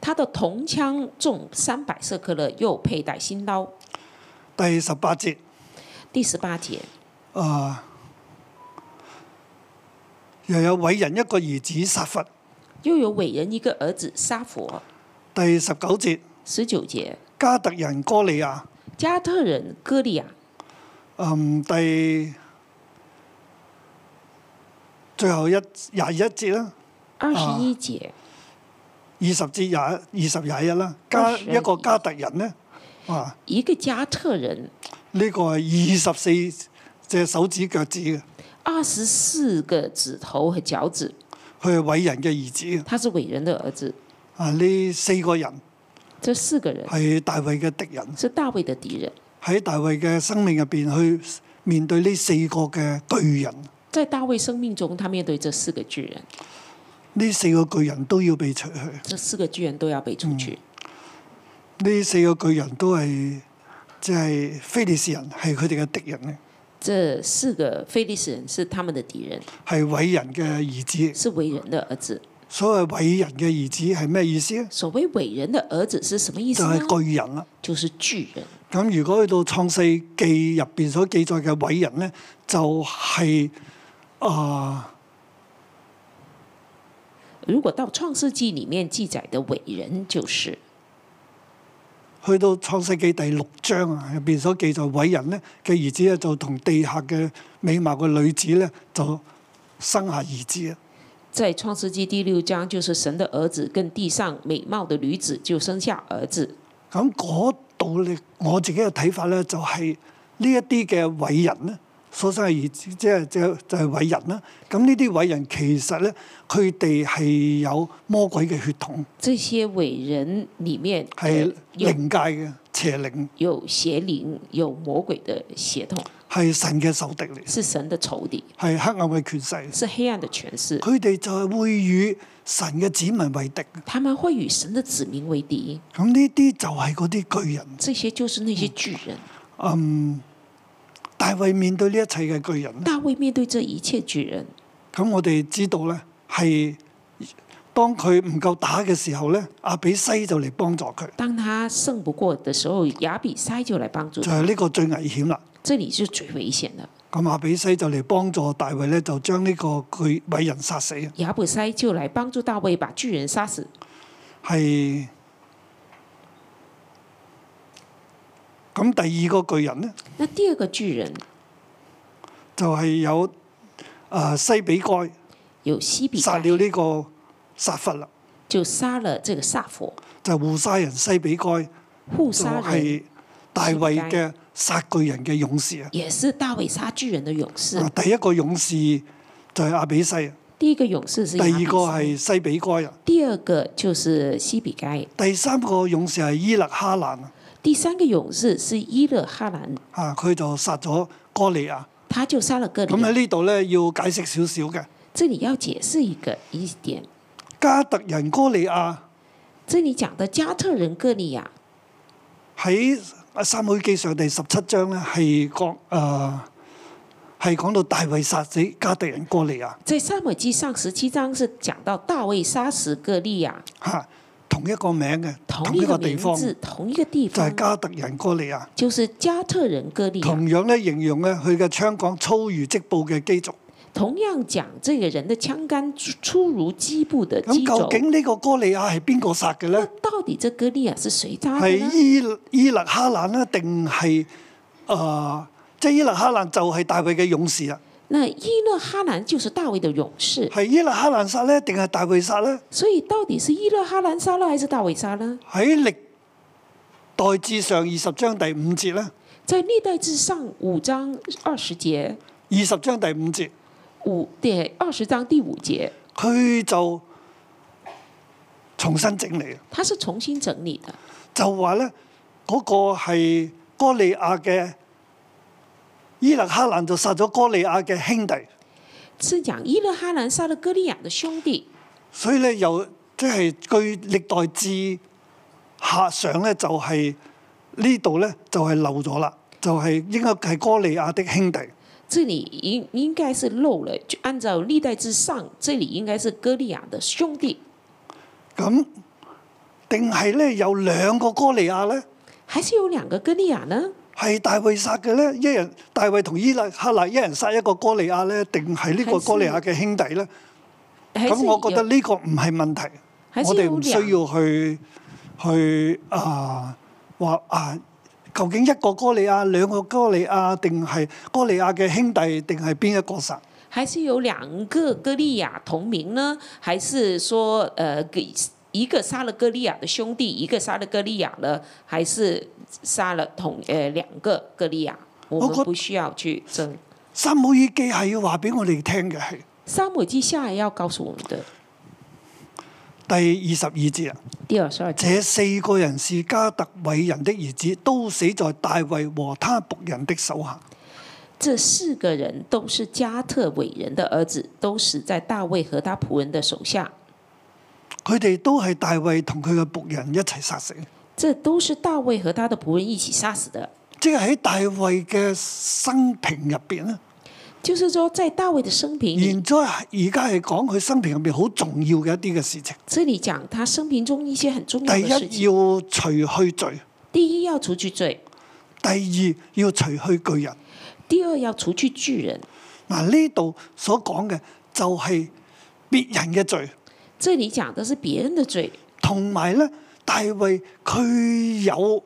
[SPEAKER 3] 他的銅槍重三百舍克勒，又佩戴新刀。
[SPEAKER 2] 第十八節。
[SPEAKER 3] 第十八節，
[SPEAKER 2] 啊，又有偉人一個兒子殺佛。
[SPEAKER 3] 又有偉人一個兒子沙佛。
[SPEAKER 2] 第十九節，
[SPEAKER 3] 十九節，
[SPEAKER 2] 加特人哥利亞，
[SPEAKER 3] 加特人歌利亞，
[SPEAKER 2] 嗯，第最後一廿一節啦，
[SPEAKER 3] 二十一節。
[SPEAKER 2] 二十至廿二十廿一啦，加
[SPEAKER 3] 22
[SPEAKER 2] 一個加特人呢，啊，
[SPEAKER 3] 一個加特人
[SPEAKER 2] 呢、個係二十四隻手指腳趾嘅，
[SPEAKER 3] 二十四個指頭和腳趾，
[SPEAKER 2] 佢係偉人嘅兒子嘅。
[SPEAKER 3] 他是偉人的兒子。
[SPEAKER 2] 啊，呢四個人
[SPEAKER 3] 這四個人
[SPEAKER 2] 係大衛嘅敵人，
[SPEAKER 3] 是大衛的敵人，
[SPEAKER 2] 喺大衛嘅生命入邊去面對呢四個嘅巨人。
[SPEAKER 3] 在大衛生命中，他面對這四個巨人，
[SPEAKER 2] 呢四個巨人都要被除去，
[SPEAKER 3] 這四個巨人都要被除去。
[SPEAKER 2] 呢四個巨人都係即係非利士人，係佢哋嘅敵人咧，
[SPEAKER 3] 這四個非利士人是他們的敵人，
[SPEAKER 2] 係偉人嘅兒子。
[SPEAKER 3] 是偉人的兒子。
[SPEAKER 2] 所謂偉人嘅兒子係咩意思咧？
[SPEAKER 3] 所謂偉人的兒子是什麼意思
[SPEAKER 2] 就
[SPEAKER 3] 呢？
[SPEAKER 2] 係巨人啦。
[SPEAKER 3] 就是巨人。
[SPEAKER 2] 咁如果去到創世記入邊所記載嘅偉人咧，就係、啊、
[SPEAKER 3] 如果到創世紀裡面記載的偉人，就是
[SPEAKER 2] 去到創世記第六章啊入邊啊所記載偉人咧嘅兒子咧，就同地下嘅美貌嘅女子咧就生下兒子啊！
[SPEAKER 3] 在创世纪第六章，就是神的儿子跟地上美貌的女子就生下儿子。
[SPEAKER 2] 咁嗰度咧，我自己嘅睇法咧，就係呢一啲嘅偉人咧，所生嘅兒子，即係即係就係偉人啦。咁呢啲偉人其實咧，佢哋係有魔鬼嘅血統，
[SPEAKER 3] 这些伟人里面呃
[SPEAKER 2] 係
[SPEAKER 3] 有
[SPEAKER 2] 靈界嘅邪靈，
[SPEAKER 3] 有邪灵、有魔鬼的血统，
[SPEAKER 2] 係神嘅仇敵嚟，
[SPEAKER 3] 是神的仇敌，
[SPEAKER 2] 係黑暗嘅權勢。
[SPEAKER 3] 是黑暗的权势。
[SPEAKER 2] 佢哋就係會與神嘅子民為敵。
[SPEAKER 3] 他们会与神的子民为敌，
[SPEAKER 2] 咁呢啲就係嗰啲巨人。
[SPEAKER 3] 这些就是那些巨人。
[SPEAKER 2] 大衛面對呢一切嘅巨人咧，
[SPEAKER 3] 大卫面对这一切巨人，
[SPEAKER 2] 咁我哋知道咧係當佢唔夠打嘅時候咧，阿比西就嚟幫助佢，
[SPEAKER 3] 当他胜不过的时候，亚比塞就来帮助
[SPEAKER 2] 就
[SPEAKER 3] 他，
[SPEAKER 2] 係呢個最危險啦。
[SPEAKER 3] 这里是最危险的。
[SPEAKER 2] 咁阿比西就嚟幫助大衛咧，就將呢個巨偉人殺死，
[SPEAKER 3] 亚比塞就来帮助大卫把巨人杀死，
[SPEAKER 2] 係。咁第二個巨人咧，
[SPEAKER 3] 那第二个巨人
[SPEAKER 2] 就係、有啊、呃西比該
[SPEAKER 3] 有西比
[SPEAKER 2] 殺
[SPEAKER 3] 盖，
[SPEAKER 2] 了呢個殺佛啦，
[SPEAKER 3] 就杀了这个萨佛，
[SPEAKER 2] 就係護沙人西比該。
[SPEAKER 3] 护
[SPEAKER 2] 就
[SPEAKER 3] 杀人，
[SPEAKER 2] 係大衛嘅殺巨人嘅勇士啊！
[SPEAKER 3] 也是大卫杀巨人的勇士。
[SPEAKER 2] 啊第一個勇士就係阿比西啊，
[SPEAKER 3] 第一个勇士是
[SPEAKER 2] 第二
[SPEAKER 3] 亚比塞
[SPEAKER 2] 個係西比該啊，
[SPEAKER 3] 第二个就是西比该，
[SPEAKER 2] 第三個勇士係伊勒哈蘭啊
[SPEAKER 3] 第三个勇士是伊勒哈兰，
[SPEAKER 2] 啊，佢就殺咗哥利亞。
[SPEAKER 3] 他就杀了哥利
[SPEAKER 2] 咁喺
[SPEAKER 3] 亚。
[SPEAKER 2] 呢度咧要解釋少少嘅，
[SPEAKER 3] 这里要解释一个一点，
[SPEAKER 2] 加特人哥利亞
[SPEAKER 3] 这里讲的加特人哥利亚
[SPEAKER 2] 喺《撒母耳記上》第十七章咧係講誒係講到大衛殺死加特人哥利亞
[SPEAKER 3] 在撒母耳记上十七章是讲到大卫杀死哥利亚，
[SPEAKER 2] 嚇、同一個名嘅，
[SPEAKER 3] 同
[SPEAKER 2] 同一
[SPEAKER 3] 个
[SPEAKER 2] 個地
[SPEAKER 3] 名
[SPEAKER 2] 方
[SPEAKER 3] 字，
[SPEAKER 2] 就
[SPEAKER 3] 同一个地
[SPEAKER 2] 係、
[SPEAKER 3] 方，
[SPEAKER 2] 加特人哥利亞。
[SPEAKER 3] 就是加特人哥利亚。
[SPEAKER 2] 同樣咧形容咧佢嘅槍講粗如織布嘅機軸。
[SPEAKER 3] 同样讲这个人的枪杆粗粗如基布的
[SPEAKER 2] 咁
[SPEAKER 3] 基
[SPEAKER 2] 究
[SPEAKER 3] 肘。
[SPEAKER 2] 竟呢個哥利亞係邊個殺嘅
[SPEAKER 3] 那
[SPEAKER 2] 咧？
[SPEAKER 3] 到底这哥利亚是谁杀的
[SPEAKER 2] 係
[SPEAKER 3] 呢？
[SPEAKER 2] 伊伊勒哈蘭咧，定係誒？即係伊勒哈蘭就係大衛嘅勇士啦。
[SPEAKER 3] 那伊勒哈兰就是大卫的勇士，
[SPEAKER 2] 係伊勒哈蘭殺咧，定係大衛殺咧？
[SPEAKER 3] 所以到底是伊勒哈兰杀了还是大卫杀呢？
[SPEAKER 2] 喺歷代志上二十章第五節咧，
[SPEAKER 3] 在历代至上五章二十节
[SPEAKER 2] 二十章第五節，
[SPEAKER 3] 五第二十章第五节，
[SPEAKER 2] 佢就重新整理，
[SPEAKER 3] 它是重新整理的，
[SPEAKER 2] 就話咧嗰個係哥利亞嘅伊勒哈蘭就殺咗哥利亞嘅兄弟。
[SPEAKER 3] 是讲伊勒哈兰杀了哥利亚的兄弟，
[SPEAKER 2] 所以咧，又即係據歷代志下上咧，就係、呢度咧就係漏咗啦，就係、應該係哥利亞的兄弟，
[SPEAKER 3] 这里应应该是漏了，就按照历代至上，这里应该是哥利亚的兄弟，
[SPEAKER 2] 咁定係咧有兩個哥利亞咧
[SPEAKER 3] 还是有兩個哥利亞呢？
[SPEAKER 2] 係大衛殺嘅咧，一人大衛同伊勒哈拿一人殺一個哥利亞咧，定係呢個哥利亞嘅兄弟咧？
[SPEAKER 3] 还
[SPEAKER 2] 咁
[SPEAKER 3] 是
[SPEAKER 2] 我覺得
[SPEAKER 3] 有
[SPEAKER 2] 呢個唔係問題，
[SPEAKER 3] 还是
[SPEAKER 2] 我哋
[SPEAKER 3] 有
[SPEAKER 2] 唔需
[SPEAKER 3] 兩
[SPEAKER 2] 要去去啊話啊，究竟一個哥利亞、兩個哥利亞，定係哥利亞嘅兄弟，定係邊一個殺？
[SPEAKER 3] 还是有两个哥利亚同名呢？还是说呃，给一个杀了哥利亚的兄弟，一个杀了哥利亚呢？还是杀了同呃两个哥利亚？我
[SPEAKER 2] 我
[SPEAKER 3] 们
[SPEAKER 2] 觉
[SPEAKER 3] 不需要去争。
[SPEAKER 2] 撒母耳記係要話俾我哋聽嘅係
[SPEAKER 3] 沙漠记下要告诉我们的
[SPEAKER 2] 第二十二節啊，
[SPEAKER 3] 第二十二节，
[SPEAKER 2] 這四個人是加特偉人的兒子，都死在大衛和他仆人的手下。
[SPEAKER 3] 这四个人都是加特伟人的儿子，都死在大卫和他仆人的手下。
[SPEAKER 2] 佢哋都係大衛同佢嘅仆人一齊殺死，
[SPEAKER 3] 这都是大卫和他的仆人一起杀死的。
[SPEAKER 2] 即係喺大衛嘅生平入啊邊咧。
[SPEAKER 3] 就是说，在大卫的生平里，
[SPEAKER 2] 現在而家係講佢生平入面好重要嘅一啲嘅事情。
[SPEAKER 3] 这里讲他生平中一些很重要
[SPEAKER 2] 第
[SPEAKER 3] 的事
[SPEAKER 2] 一
[SPEAKER 3] 情。
[SPEAKER 2] 要除去罪，
[SPEAKER 3] 第一要除去罪，
[SPEAKER 2] 第二要除去巨人。
[SPEAKER 3] 第二要除去巨人。
[SPEAKER 2] 嗱呢度所講嘅就係別人嘅罪，
[SPEAKER 3] 这里讲的是别人的罪，
[SPEAKER 2] 同埋咧大衛佢有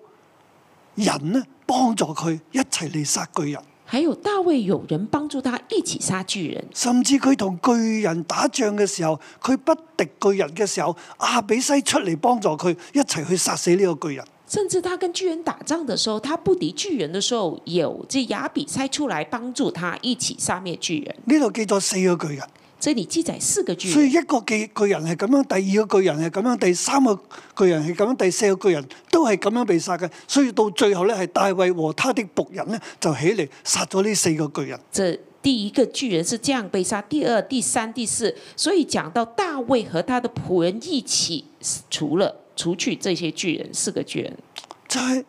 [SPEAKER 2] 人咧幫助佢一齊嚟殺巨人，
[SPEAKER 3] 还有大卫有人帮助他一起杀巨人，
[SPEAKER 2] 甚至佢同巨人打仗嘅時候，佢不敵巨人嘅時候，阿比西出嚟幫助佢，一齊去殺死呢個巨人。
[SPEAKER 3] 甚至他跟巨人打仗的时候，他不敌巨人的时候，有这亚比塞出来帮助他一起杀灭巨人。
[SPEAKER 2] 呢度記載四個巨人，
[SPEAKER 3] 这里记载四个巨
[SPEAKER 2] 所以
[SPEAKER 3] 人，
[SPEAKER 2] 一個巨巨人係咁樣，第二個巨人係咁樣，第三個巨人係咁樣，第四個巨人都係咁樣被殺嘅。所以到最後咧，係大衛和他的仆人咧就起嚟殺咗呢四個巨人。
[SPEAKER 3] 这第一个巨人是这样被杀，第二、第三、第四，所以讲到大卫和他的仆人一起除了除去这些巨人，四个巨人
[SPEAKER 2] 就係、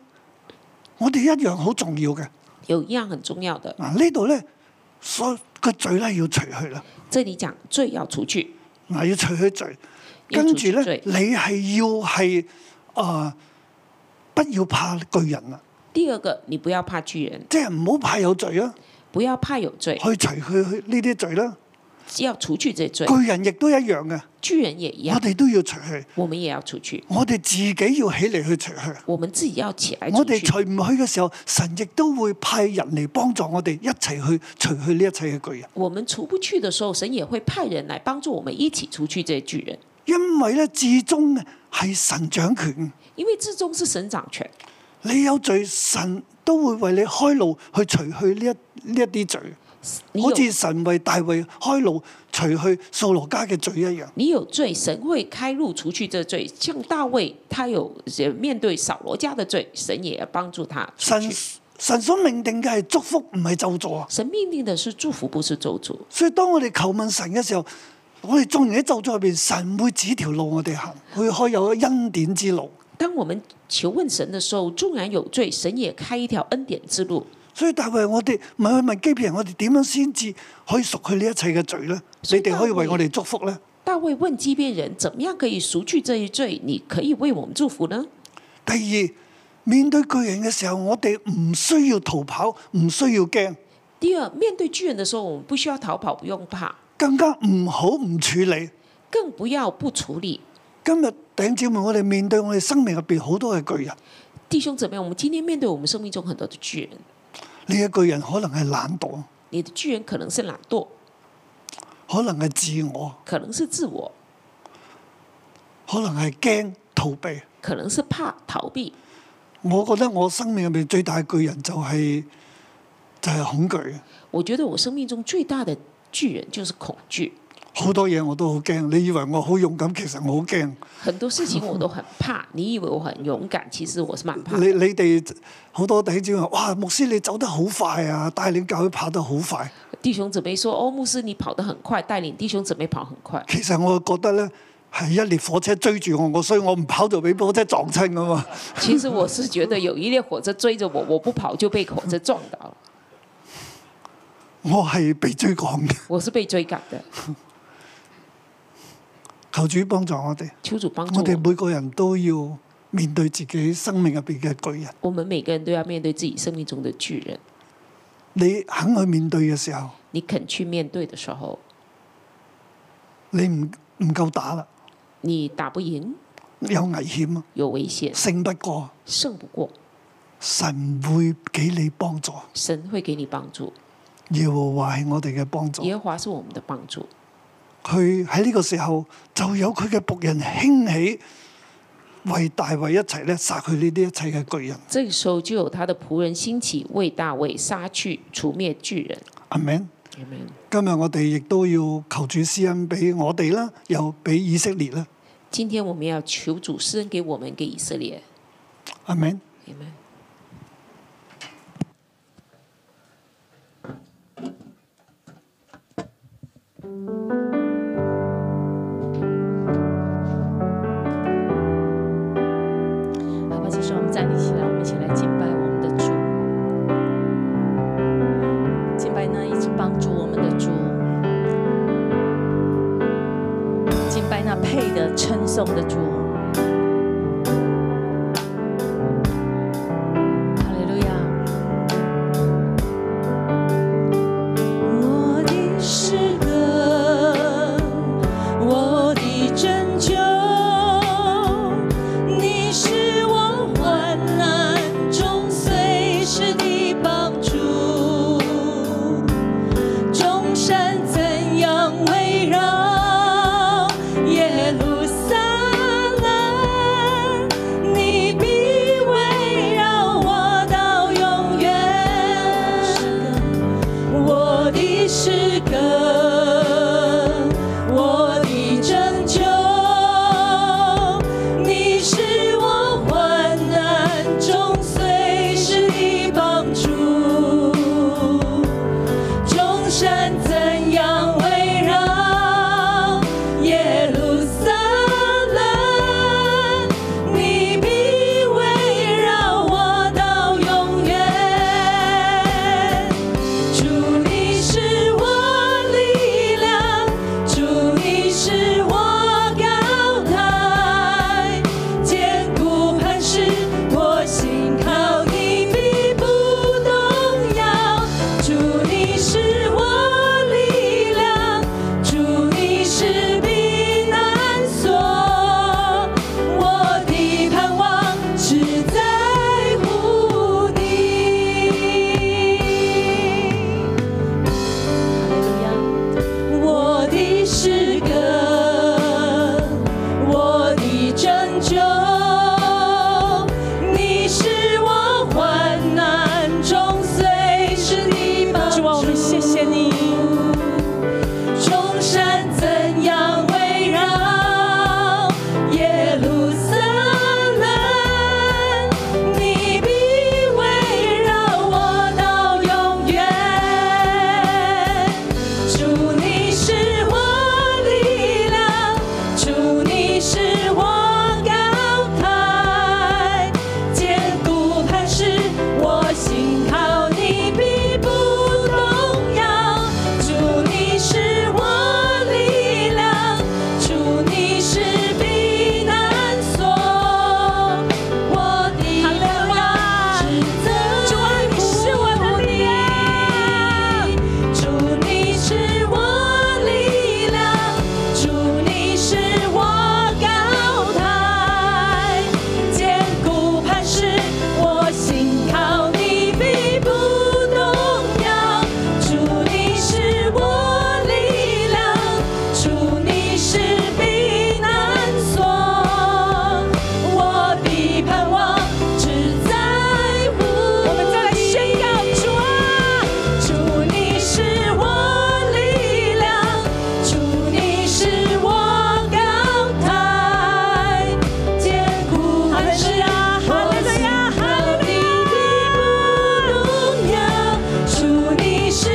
[SPEAKER 2] 我哋一樣好重要嘅。
[SPEAKER 3] 有一样很重要的，
[SPEAKER 2] 嗱呢度咧，所個罪咧要除去啦，
[SPEAKER 3] 这里讲罪要除去，
[SPEAKER 2] 嗱要除去罪，
[SPEAKER 3] 要
[SPEAKER 2] 跟
[SPEAKER 3] 除
[SPEAKER 2] 住
[SPEAKER 3] 去
[SPEAKER 2] 咧
[SPEAKER 3] 罪
[SPEAKER 2] 你係要係啊、不要怕巨人啊，
[SPEAKER 3] 第二个，你不要怕巨人，
[SPEAKER 2] 即係唔好怕有罪啊，
[SPEAKER 3] 不要怕有罪，
[SPEAKER 2] 去除去呢啲罪啦。
[SPEAKER 3] 要除去这罪。
[SPEAKER 2] 巨人亦都一樣嘅，
[SPEAKER 3] 巨人也一
[SPEAKER 2] 我
[SPEAKER 3] 样，
[SPEAKER 2] 哋都要除去，
[SPEAKER 3] 我们也要除去，
[SPEAKER 2] 我哋自己要起嚟去除去。
[SPEAKER 3] 我们自己要起来除
[SPEAKER 2] 我哋
[SPEAKER 3] 去。
[SPEAKER 2] 除唔去嘅時候，神亦都會派人嚟幫助我哋一齊去除去呢一切嘅巨人，
[SPEAKER 3] 我们除不去的时候，神也会派人来帮助我们一起除去这巨人，
[SPEAKER 2] 因為咧至終係神掌權。
[SPEAKER 3] 因为至终是神掌权。
[SPEAKER 2] 你有罪，神都會為你開路去除去呢一呢一啲罪，
[SPEAKER 3] 你
[SPEAKER 2] 好
[SPEAKER 3] 有
[SPEAKER 2] 似神為大衛開路除去掃羅家嘅罪一樣。
[SPEAKER 3] 你有罪，神会开路除去这罪。像大卫，他有呃面对扫罗家的罪，神也要帮助他除
[SPEAKER 2] 神
[SPEAKER 3] 去。
[SPEAKER 2] 神所命定嘅係祝福，唔係咒詛啊！
[SPEAKER 3] 神命令的是祝福，不是咒诅。
[SPEAKER 2] 所以當我哋求問神嘅時候，我哋縱然喺咒詛入邊，神會指條路我哋行，去開有恩典之路。
[SPEAKER 3] 当我们求问神的时候，纵然有罪，神也开一条恩典之路。
[SPEAKER 2] 所以大衛，我哋問去問基遍人，我哋點樣先至可以贖去呢一切嘅罪呢？
[SPEAKER 3] 所
[SPEAKER 2] 你
[SPEAKER 3] 以
[SPEAKER 2] 哋可以
[SPEAKER 3] 大衛
[SPEAKER 2] 為我哋祝福呢？
[SPEAKER 3] 大卫问基遍人，怎么样可以赎去这一罪？你可以为我们祝福呢？
[SPEAKER 2] 第二，面對巨人嘅時候，我哋唔需要逃跑，唔需要驚，
[SPEAKER 3] 第二，面对巨人的时候，我们不需要逃跑，不用怕，
[SPEAKER 2] 更加唔好唔處理。
[SPEAKER 3] 更不要不处理。
[SPEAKER 2] 今日弟兄姊妹，我哋面對我哋生命入邊好多嘅巨人，
[SPEAKER 3] 弟兄姊妹，我们今天面对我们生命中很多的巨人，
[SPEAKER 2] 你嘅巨人可能係懶惰，
[SPEAKER 3] 你的巨人可能是懒惰，
[SPEAKER 2] 可能係自我，
[SPEAKER 3] 可能是自我，
[SPEAKER 2] 可能係驚逃避。
[SPEAKER 3] 可能是怕逃避。
[SPEAKER 2] 我覺得我生命入邊最大嘅巨人就係、就係、恐懼，啊
[SPEAKER 3] 我觉得我生命中最大的巨人就是恐惧，
[SPEAKER 2] 好多嘢我都好驚。你以為我好勇敢，其實我好驚。
[SPEAKER 3] 很多事情我都很 怕。你以为我很勇敢，其实我是蛮怕的。
[SPEAKER 2] 你你哋好多弟兄姊妹話：哇，牧師你走得好快啊，帶領教會跑得好快。
[SPEAKER 3] 弟兄姊妹说：“哦，牧师，你跑得很快，带领弟兄姊妹跑很快。
[SPEAKER 2] 其實我覺得咧係一列火車追住我，我所以我唔跑就俾火車撞親噶嘛。”
[SPEAKER 3] 其实我是觉得有一列火车追着我，我不跑就被火车撞到了，
[SPEAKER 2] 我係被追趕嘅，
[SPEAKER 3] 我是被追赶的。
[SPEAKER 2] 求主幫助我哋。
[SPEAKER 3] 求主帮助
[SPEAKER 2] 我
[SPEAKER 3] 我
[SPEAKER 2] 哋
[SPEAKER 3] 们，
[SPEAKER 2] 每個人都要面對自己生命入邊嘅巨人。
[SPEAKER 3] 我们每个人都要面对自己生命中的巨人。
[SPEAKER 2] 你肯去面對嘅時候，
[SPEAKER 3] 你肯去面对的时候，
[SPEAKER 2] 你唔唔夠打啦，
[SPEAKER 3] 你打不赢，
[SPEAKER 2] 有危險啊，
[SPEAKER 3] 有危险，
[SPEAKER 2] 勝不過
[SPEAKER 3] 胜不过，
[SPEAKER 2] 神會俾你幫助。
[SPEAKER 3] 神会给你帮助。
[SPEAKER 2] 耶和華係我哋嘅幫助。
[SPEAKER 3] 耶和华是我们的帮助。
[SPEAKER 2] 佢喺呢個時候就有佢嘅仆人興起，為大衛一齊咧殺佢呢啲一切嘅巨人。
[SPEAKER 3] 这个时候就有他的仆人兴起，为大卫杀去除灭巨人。
[SPEAKER 2] 阿 m
[SPEAKER 3] Amen
[SPEAKER 2] 今日我哋亦都要求主施恩俾我哋啦，又俾以色列啦。
[SPEAKER 3] 今天我们要求主施恩给我们，给以色列。
[SPEAKER 2] 阿 m
[SPEAKER 3] Amen。
[SPEAKER 4] 好吧，这时候我们站立起来，我们一起来敬拜我们的主。敬拜那一直帮助我们的主，敬拜那配得称颂的主。哈利路亚！我的诗歌，我的拯救。你是我患难中随时的帮助，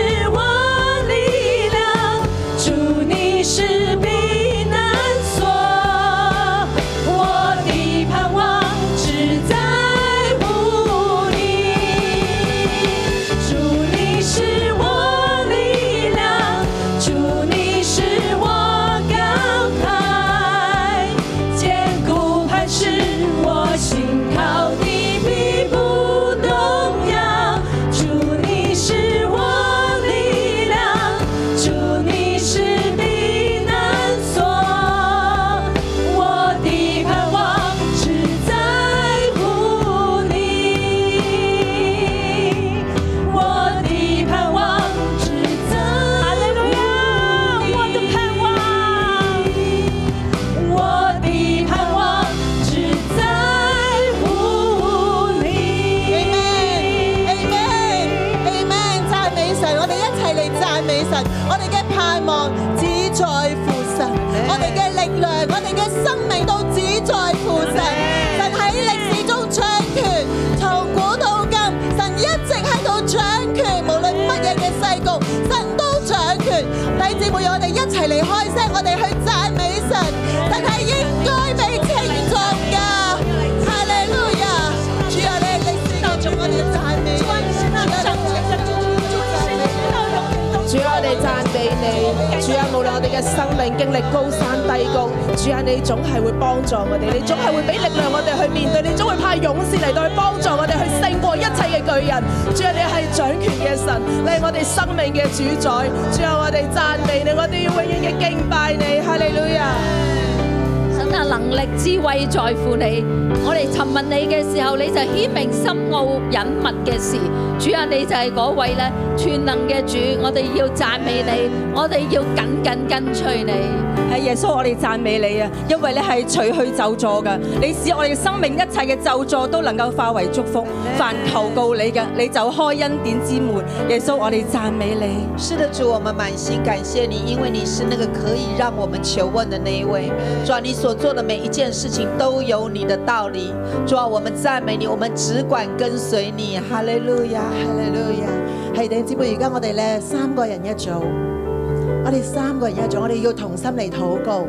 [SPEAKER 4] 啊
[SPEAKER 5] 神，我哋嘅盼望只在乎神，我哋嘅力量，我哋嘅生命都只在乎神。神喺歷史中掌權，從古到今，神一直喺度掌權，無論乜嘢嘅世局，神都掌權。弟兄姊妹，我哋一齊嚟開聲，我哋去讚美神，神係應該被稱頌㗎。哈利路亞！主啊，你係歷史當中我哋嘅讚美，主啊，你係歷史當中我哋嘅讚美。
[SPEAKER 6] 主啊，我哋赞美你。主啊，无论我哋嘅生命经历高山低谷，主啊，你总系会帮助我哋，你总系会俾力量我哋去面对，你总会派勇士嚟到去帮助我哋去胜过一切嘅巨人。主啊，你系掌权嘅神，你系我哋生命嘅主宰。主啊，我哋赞美你，我哋要永远嘅敬拜你。哈利路亚。
[SPEAKER 7] 神啊，能力智慧在乎你。我哋尋問你嘅時候，你就顯明深奧隱密嘅事。主啊，你就係嗰位咧全能嘅主，我哋要讚美你，我哋要緊緊跟隨你。
[SPEAKER 8] 係耶穌，我哋讚美你啊，因為你係除去咒詛嘅，你使我哋嘅生命一切嘅咒詛都能夠化為祝福。凡求告你嘅，你就開恩典之門。耶穌，我哋讚美你。
[SPEAKER 9] 是的，主，我们满心感谢你，因为你是那个可以让我们求问的那一位。主啊，你所做的每一件事情都有你的道理。主啊，我们赞美你，我们只管跟随你。哈利路亚，哈利路亚。
[SPEAKER 5] 係弟兄姊妹，而家我哋咧三個人一組，我哋三個人一組，我哋要同心嚟禱告。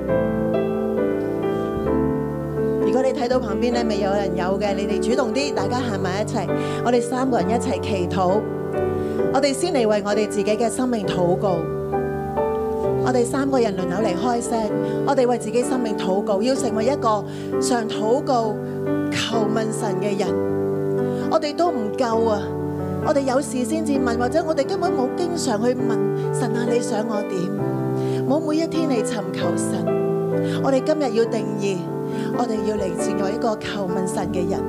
[SPEAKER 5] 如果你睇到旁邊咧未有人有嘅，你哋主動啲，大家行埋一齊，我哋三個人一齊祈禱。我哋先嚟為我哋自己嘅生命禱告。我哋三個人輪流嚟開聲，我哋為自己生命禱告，要成為一個常禱告、求問神嘅人。我哋都唔夠啊！我哋有事先至問，或者我哋根本冇經常去問神啊，你想我點？冇每一天嚟尋求神。我哋今日要定義，我哋要嚟成為一個求問神嘅人，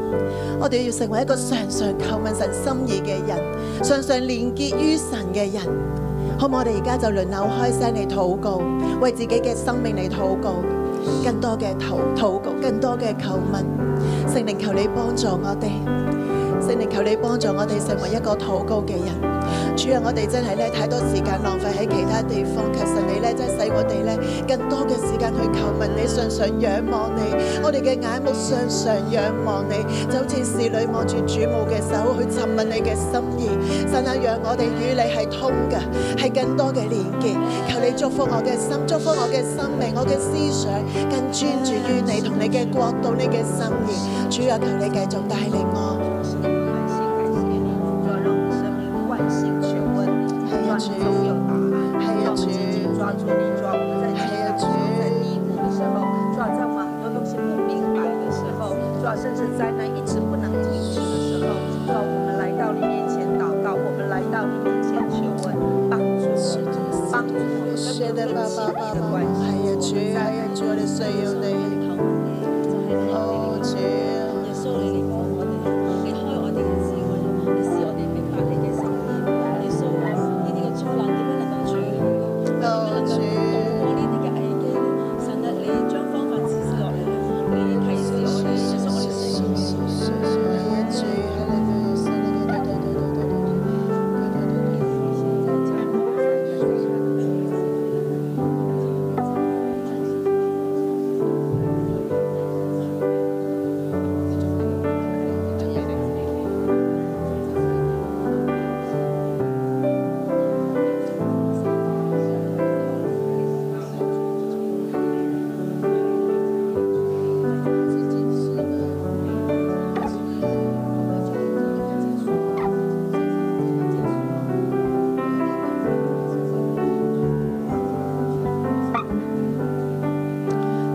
[SPEAKER 5] 我哋要成為一個常常求問神心意嘅人，常常連結於神嘅人。好唔好？我哋而家就輪流開聲嚟禱告，為自己嘅生命嚟禱告，更多嘅禱禱告，更多嘅求問。聖靈求你幫助我哋。聖靈求你幫助我哋成為一個禱告嘅人。主啊，我哋真係咧太多時間浪費喺其他地方，求神你咧真係使我哋咧更多嘅時間去求問你，常常仰望你，我哋嘅眼目常常仰望你，就好似侍女望住主母嘅手去尋問你嘅心意。神啊，讓我哋與你係通嘅，係更多嘅連結。求你祝福我嘅心，祝福我嘅生命，我嘅思想更專注於你同你嘅國度，你嘅心意。主啊，求你繼續帶領我。
[SPEAKER 9] 係啊，主，係啊，主，抓住你，抓我們在艱難的時候，在低谷的時候，主要在我們很多東西不明白的時候，主要甚至灾难一直不能停止的時候，主要我們來到你面前禱告，我們來到你面前求問，幫助我們，幫助我們
[SPEAKER 5] 是
[SPEAKER 9] 跟
[SPEAKER 5] 的，
[SPEAKER 9] 你
[SPEAKER 5] 爸
[SPEAKER 9] 建
[SPEAKER 5] 爸
[SPEAKER 9] 立
[SPEAKER 5] 爸
[SPEAKER 9] 的
[SPEAKER 5] 爸，
[SPEAKER 9] 關係
[SPEAKER 5] 係啊，主，係啊，主，我哋需要你，哦，主，哦，主，係啊，主，係你嘅神，你嘅對對對對對對對對。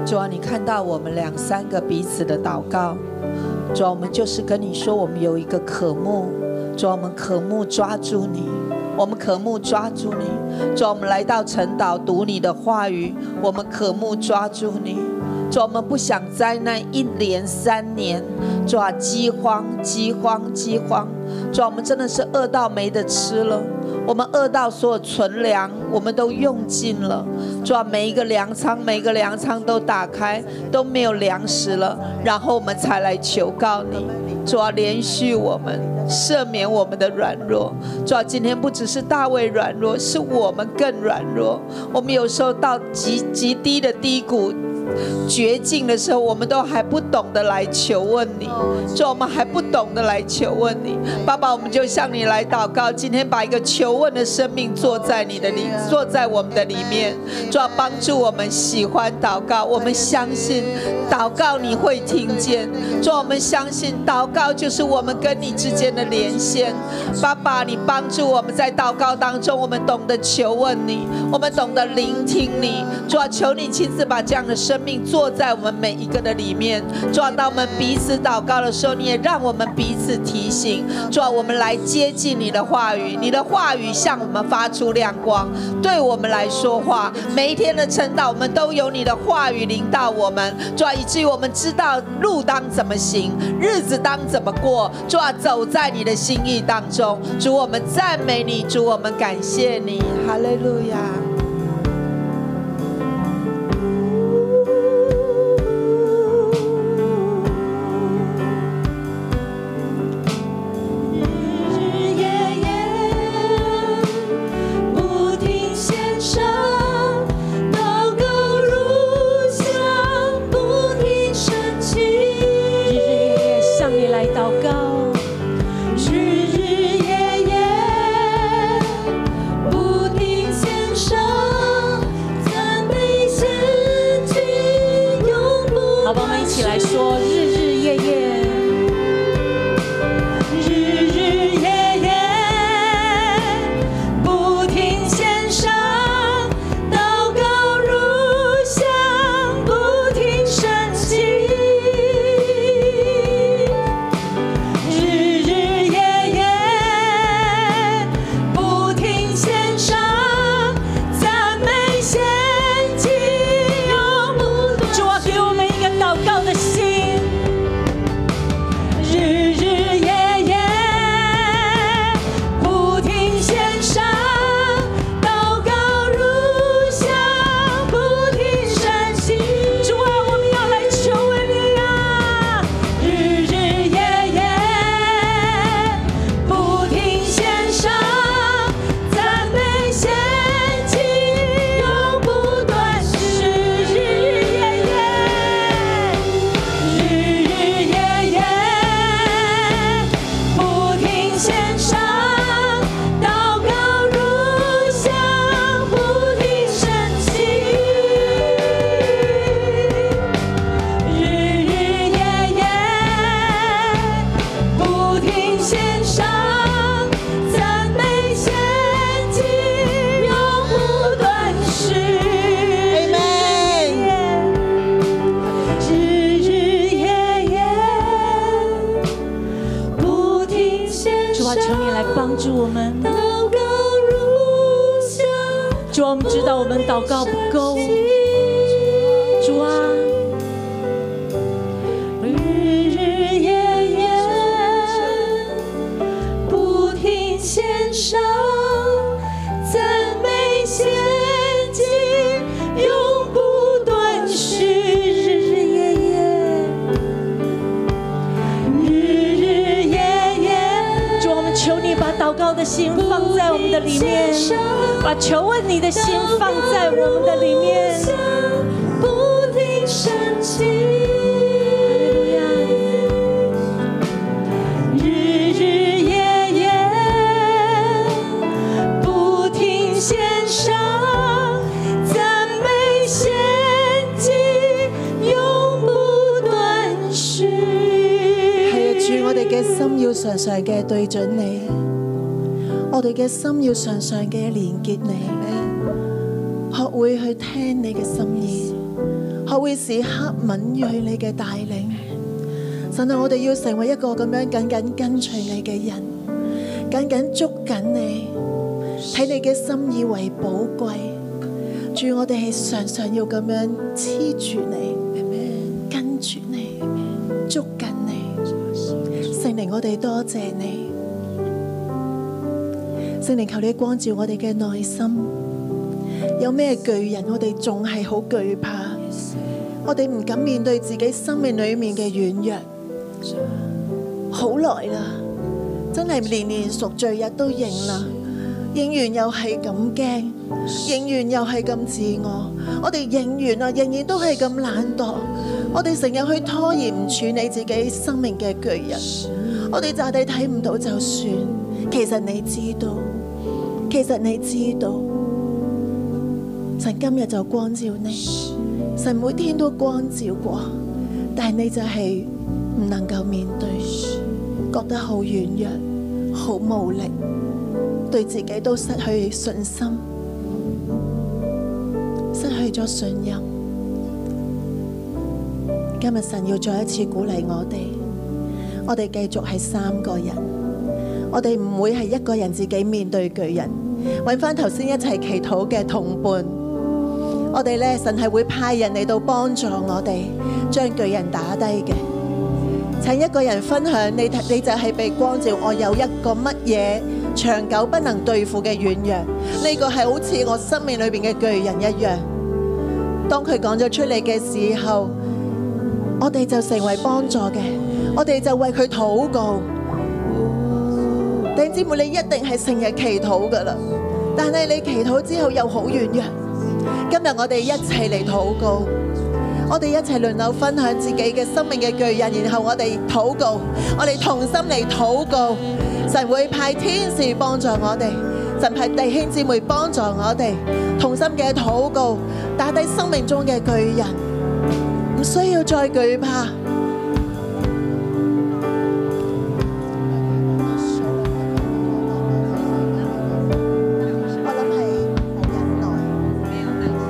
[SPEAKER 9] 主啊，你看到我们两三个彼此的祷告，主啊，我们就是跟你说，我们有一个渴慕，主啊，我们渴慕抓住你，我们渴慕抓住你，主啊，我们来到晨岛读你的话语，我们渴慕抓住你，主啊，我们不想灾难一连三年，主啊，饥荒，饥荒，饥荒，主啊，我们真的是饿到没得吃了。我们饿到所有存粮我们都用尽了，主啊，每一个粮仓，每一个粮仓都打开，都没有粮食了，然后我们才来求告你，主啊，连续我们，赦免我们的软弱，主啊，今天不只是大卫软弱，是我们更软弱，我们有时候到极极低的低谷。绝境的时候，我们都还不懂得来求问你，主，我们还不懂得来求问你，爸爸，我们就向你来祷告，今天把一个求问的生命坐在你的里，坐在我们的里面，主要帮助我们喜欢祷告，我们相信祷告你会听见，主，我们相信祷告就是我们跟你之间的连线，爸爸，你帮助我们在祷告当中，我们懂得求问你，我们懂得聆听你，主啊，求你亲自把这样的生命坐在我们每一个的里面。主啊，当我们彼此祷告的时候，你也让我们彼此提醒。主啊，我们来接近你的话语，你的话语向我们发出亮光，对我们来说话。每一天的晨祷，我们都有你的话语领导我们。主啊，以至于我们知道路当怎么行，日子当怎么过。主啊，走在你的心意当中。主，我们赞美你，主，我们感谢你。哈利路亚。
[SPEAKER 4] 日夜夜不停献上，祷告如香，不停升起。日日夜夜向你来祷告，日日夜夜不停献上，赞美献祭，永不
[SPEAKER 6] 好吧，我们一起来说，日日夜夜。
[SPEAKER 4] 日日夜夜不停献上，祷告如香，不停升起。日日夜夜不停献上，赞美献祭，永不断。主啊，给我们一个祷告的心。日日夜夜不停献上，祷告如香，不停升起。主啊，我们要来求你啊！日日夜夜不停献上，赞美献祭，永不断续。日日夜夜。日日夜夜不停献上，祷告如香，不停升起。日日夜夜不停献上，赞美献祭，永不断续。日日夜夜不停献
[SPEAKER 6] 主
[SPEAKER 4] 上
[SPEAKER 6] 啊，，求你来帮助我们。
[SPEAKER 4] 祷告如香，
[SPEAKER 6] 主啊，我们知道我们祷告不够。主啊，
[SPEAKER 4] 日日夜夜不停献上，赞美献祭，永不断续，日日夜夜。日日夜夜
[SPEAKER 6] 主啊，我们求你把祷告的心放
[SPEAKER 4] 放
[SPEAKER 6] 在
[SPEAKER 4] 在
[SPEAKER 6] 我们
[SPEAKER 4] 我们
[SPEAKER 6] 的
[SPEAKER 4] 的
[SPEAKER 6] 里
[SPEAKER 4] 里
[SPEAKER 6] 面
[SPEAKER 4] 面，
[SPEAKER 6] 把求问你的心放在我们的里面。
[SPEAKER 4] 不停升起。日日夜夜不停献上，赞美献祭，永不断续。
[SPEAKER 5] 系啊，主，我哋嘅心要常常嘅对准你，我哋嘅心要常常嘅连结你，学会去听你嘅心意，学会时刻敏锐你嘅带领。神啊，我哋要成为一个咁样紧紧跟随你嘅人，紧紧捉紧你，睇你嘅心意为宝贵。主，我哋系常常要咁样黐住你，跟住你，捉紧你。圣灵，我哋多谢你，圣灵求你光照我哋嘅内心，有咩巨人我哋仲系好惧怕，我哋唔敢面对自己生命里面嘅软弱，好耐啦，真系年年赎罪日都认啦，认完又系咁惊，认完又系咁自我，我哋认完啊，仍然都系咁懒惰，我哋成日去拖延唔处理自己生命嘅巨人。我哋就地睇唔到就算，其實你知道，其實你知道，神今日就光照你，神每天都光照過，但係你就係唔能夠面對，覺得好軟弱，好無力，對自己都失去信心，失去咗信任。今日神要再一次鼓勵我哋。我哋繼續係三個人，我哋唔會係一個人自己面對巨人，揾翻頭先一齊祈禱嘅同伴。我哋咧，神係會派人嚟到幫助我哋，將巨人打低嘅。請一個人分享，你睇你就係被光照，我有一個乜嘢長久不能對付嘅軟弱，呢、個係好似我生命裏邊嘅巨人一樣。當佢講咗出嚟嘅時候，我哋就成為幫助嘅，我哋就為佢禱告。弟兄姊妹，你一定係成日祈禱噶啦，但係你祈禱之後又好軟弱。今日我哋一齊嚟禱告，我哋一齊輪流分享自己嘅生命嘅巨人，然後我哋禱告，我哋同心嚟禱告，神會派天使幫助我哋。神派弟兄姊妹幫助我哋，同心嘅禱告，打低生命中嘅巨人。唔需要再惧怕。我諗係係忍耐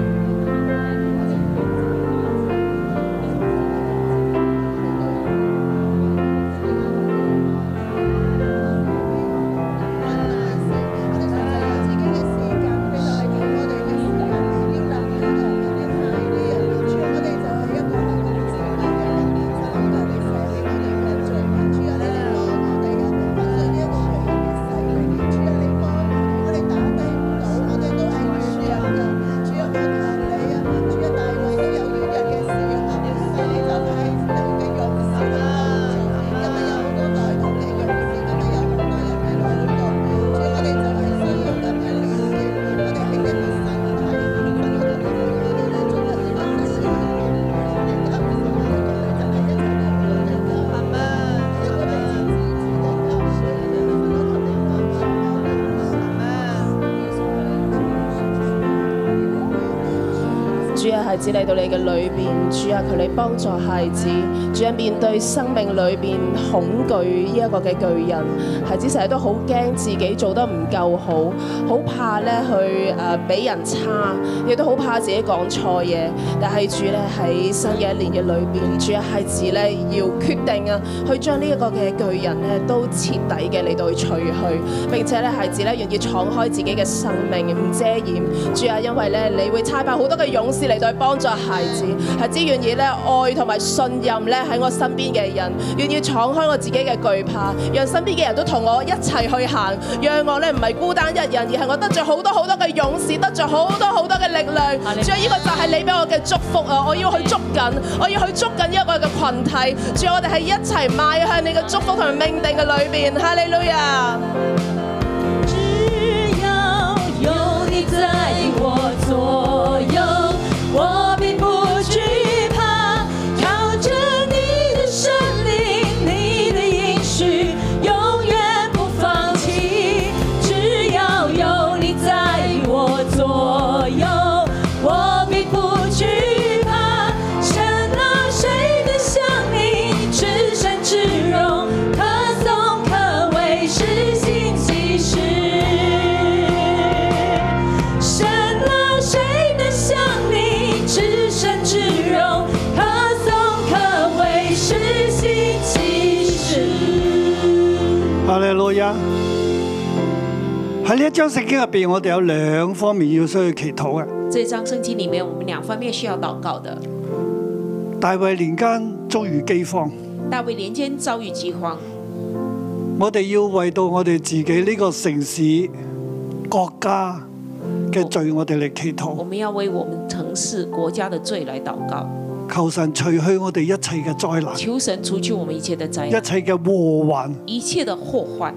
[SPEAKER 5] 嗯嗯
[SPEAKER 6] 孩子嚟到啊你嘅裏面，主啊，求你幫助孩子，主啊，面對生命裏面恐懼呢一個嘅巨人，孩子成日都好驚自己做得唔夠好，好怕咧去誒俾人差，亦都好怕自己講錯嘢。但係主咧喺新嘅一年嘅裏邊，主啊，孩子咧要決定啊，去將呢一個嘅巨人咧都徹底嘅嚟到去除去，並且咧孩子咧願意敞開自己嘅生命，唔遮掩。主啊，因為咧你會差派好多嘅勇士嚟到去幫助孩子，孩子願意咧愛同埋信任咧喺我身邊嘅人，願意敞開我自己嘅懼怕，讓啊身邊嘅人都同我一齊去行，讓我咧唔係孤單一人，而係我得着好多好多嘅勇士，得着好多好多嘅力量。主啊，呢個就係你俾我嘅祝福啊！我要去捉緊，我要去捉緊一個嘅群體。主啊，我哋係一齊邁向你嘅祝福同埋命定嘅裏邊。哈利路亞！
[SPEAKER 4] 只要有你在我左右，我并不惧怕。靠着你的神灵，你的应许，永远不放弃。只要有你在我左右，我并不惧怕。神啊，谁能像你至善至荣，可颂可畏，是心即是。神啊，谁能像你至善至荣，可颂可畏，是心即是。
[SPEAKER 2] 哈利路亞！喺呢一章聖經入邊，我哋有兩方面要需要祈禱嘅。
[SPEAKER 3] 这张圣经里面，我们两方面需要祷告的。
[SPEAKER 2] 大衛年間遭遇饑荒，
[SPEAKER 3] 大卫年间遭遇饥荒，
[SPEAKER 2] 我哋要為到我哋自己呢個城市、國家嘅罪，我哋嚟祈
[SPEAKER 3] 我
[SPEAKER 2] 禱，
[SPEAKER 3] 们要为我们城市、国家的罪来祷告，
[SPEAKER 2] 求神除去我哋一切嘅災難、
[SPEAKER 3] 求神除去我们一切的灾
[SPEAKER 2] 一
[SPEAKER 3] 难、
[SPEAKER 2] 切嘅禍患。
[SPEAKER 3] 一切的祸患。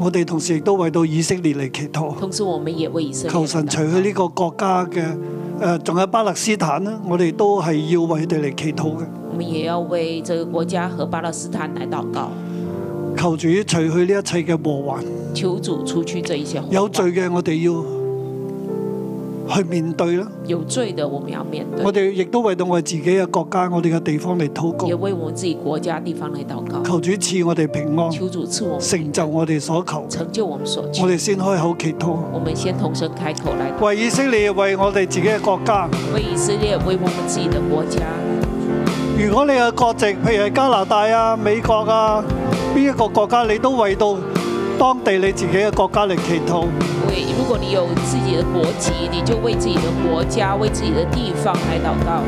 [SPEAKER 2] 我哋同時亦都為到以色列嚟祈禱。
[SPEAKER 3] 同时，我们也为以色列
[SPEAKER 2] 求神
[SPEAKER 3] 祷
[SPEAKER 2] 除去呢個國家嘅誒，呃仲、有巴勒斯坦啦，我哋都係要為佢哋嚟祈禱嘅。
[SPEAKER 3] 我们也要为这个国家和巴勒斯坦来祷告，
[SPEAKER 2] 求主除去呢一切嘅禍患，
[SPEAKER 3] 求主除去这一些祸患
[SPEAKER 2] 有罪嘅我哋要去面對啦。
[SPEAKER 3] 有罪的，我们要面对
[SPEAKER 2] 我，哋亦都為到我哋自己嘅國家、我哋嘅地方嚟禱
[SPEAKER 3] 也
[SPEAKER 2] 告，
[SPEAKER 3] 为我们自己国家地方来祷告，
[SPEAKER 2] 求主賜我哋平安，
[SPEAKER 3] 求主赐我们
[SPEAKER 2] 成就我哋所求。
[SPEAKER 3] 成就我们所求
[SPEAKER 2] 我。哋先開口祈禱，
[SPEAKER 3] 我们先同声开口来祷告
[SPEAKER 2] 為以色列、為我哋自己嘅國家。
[SPEAKER 3] 为以色列，为我们自己的国家。
[SPEAKER 2] 如果你嘅國籍，譬如係加拿大啊、美國啊，邊一個國家你都為到當地你自己嘅國家嚟祈禱。
[SPEAKER 3] 为如果你有自己的国籍，你就为自己的国家、为自己的地方来祷告。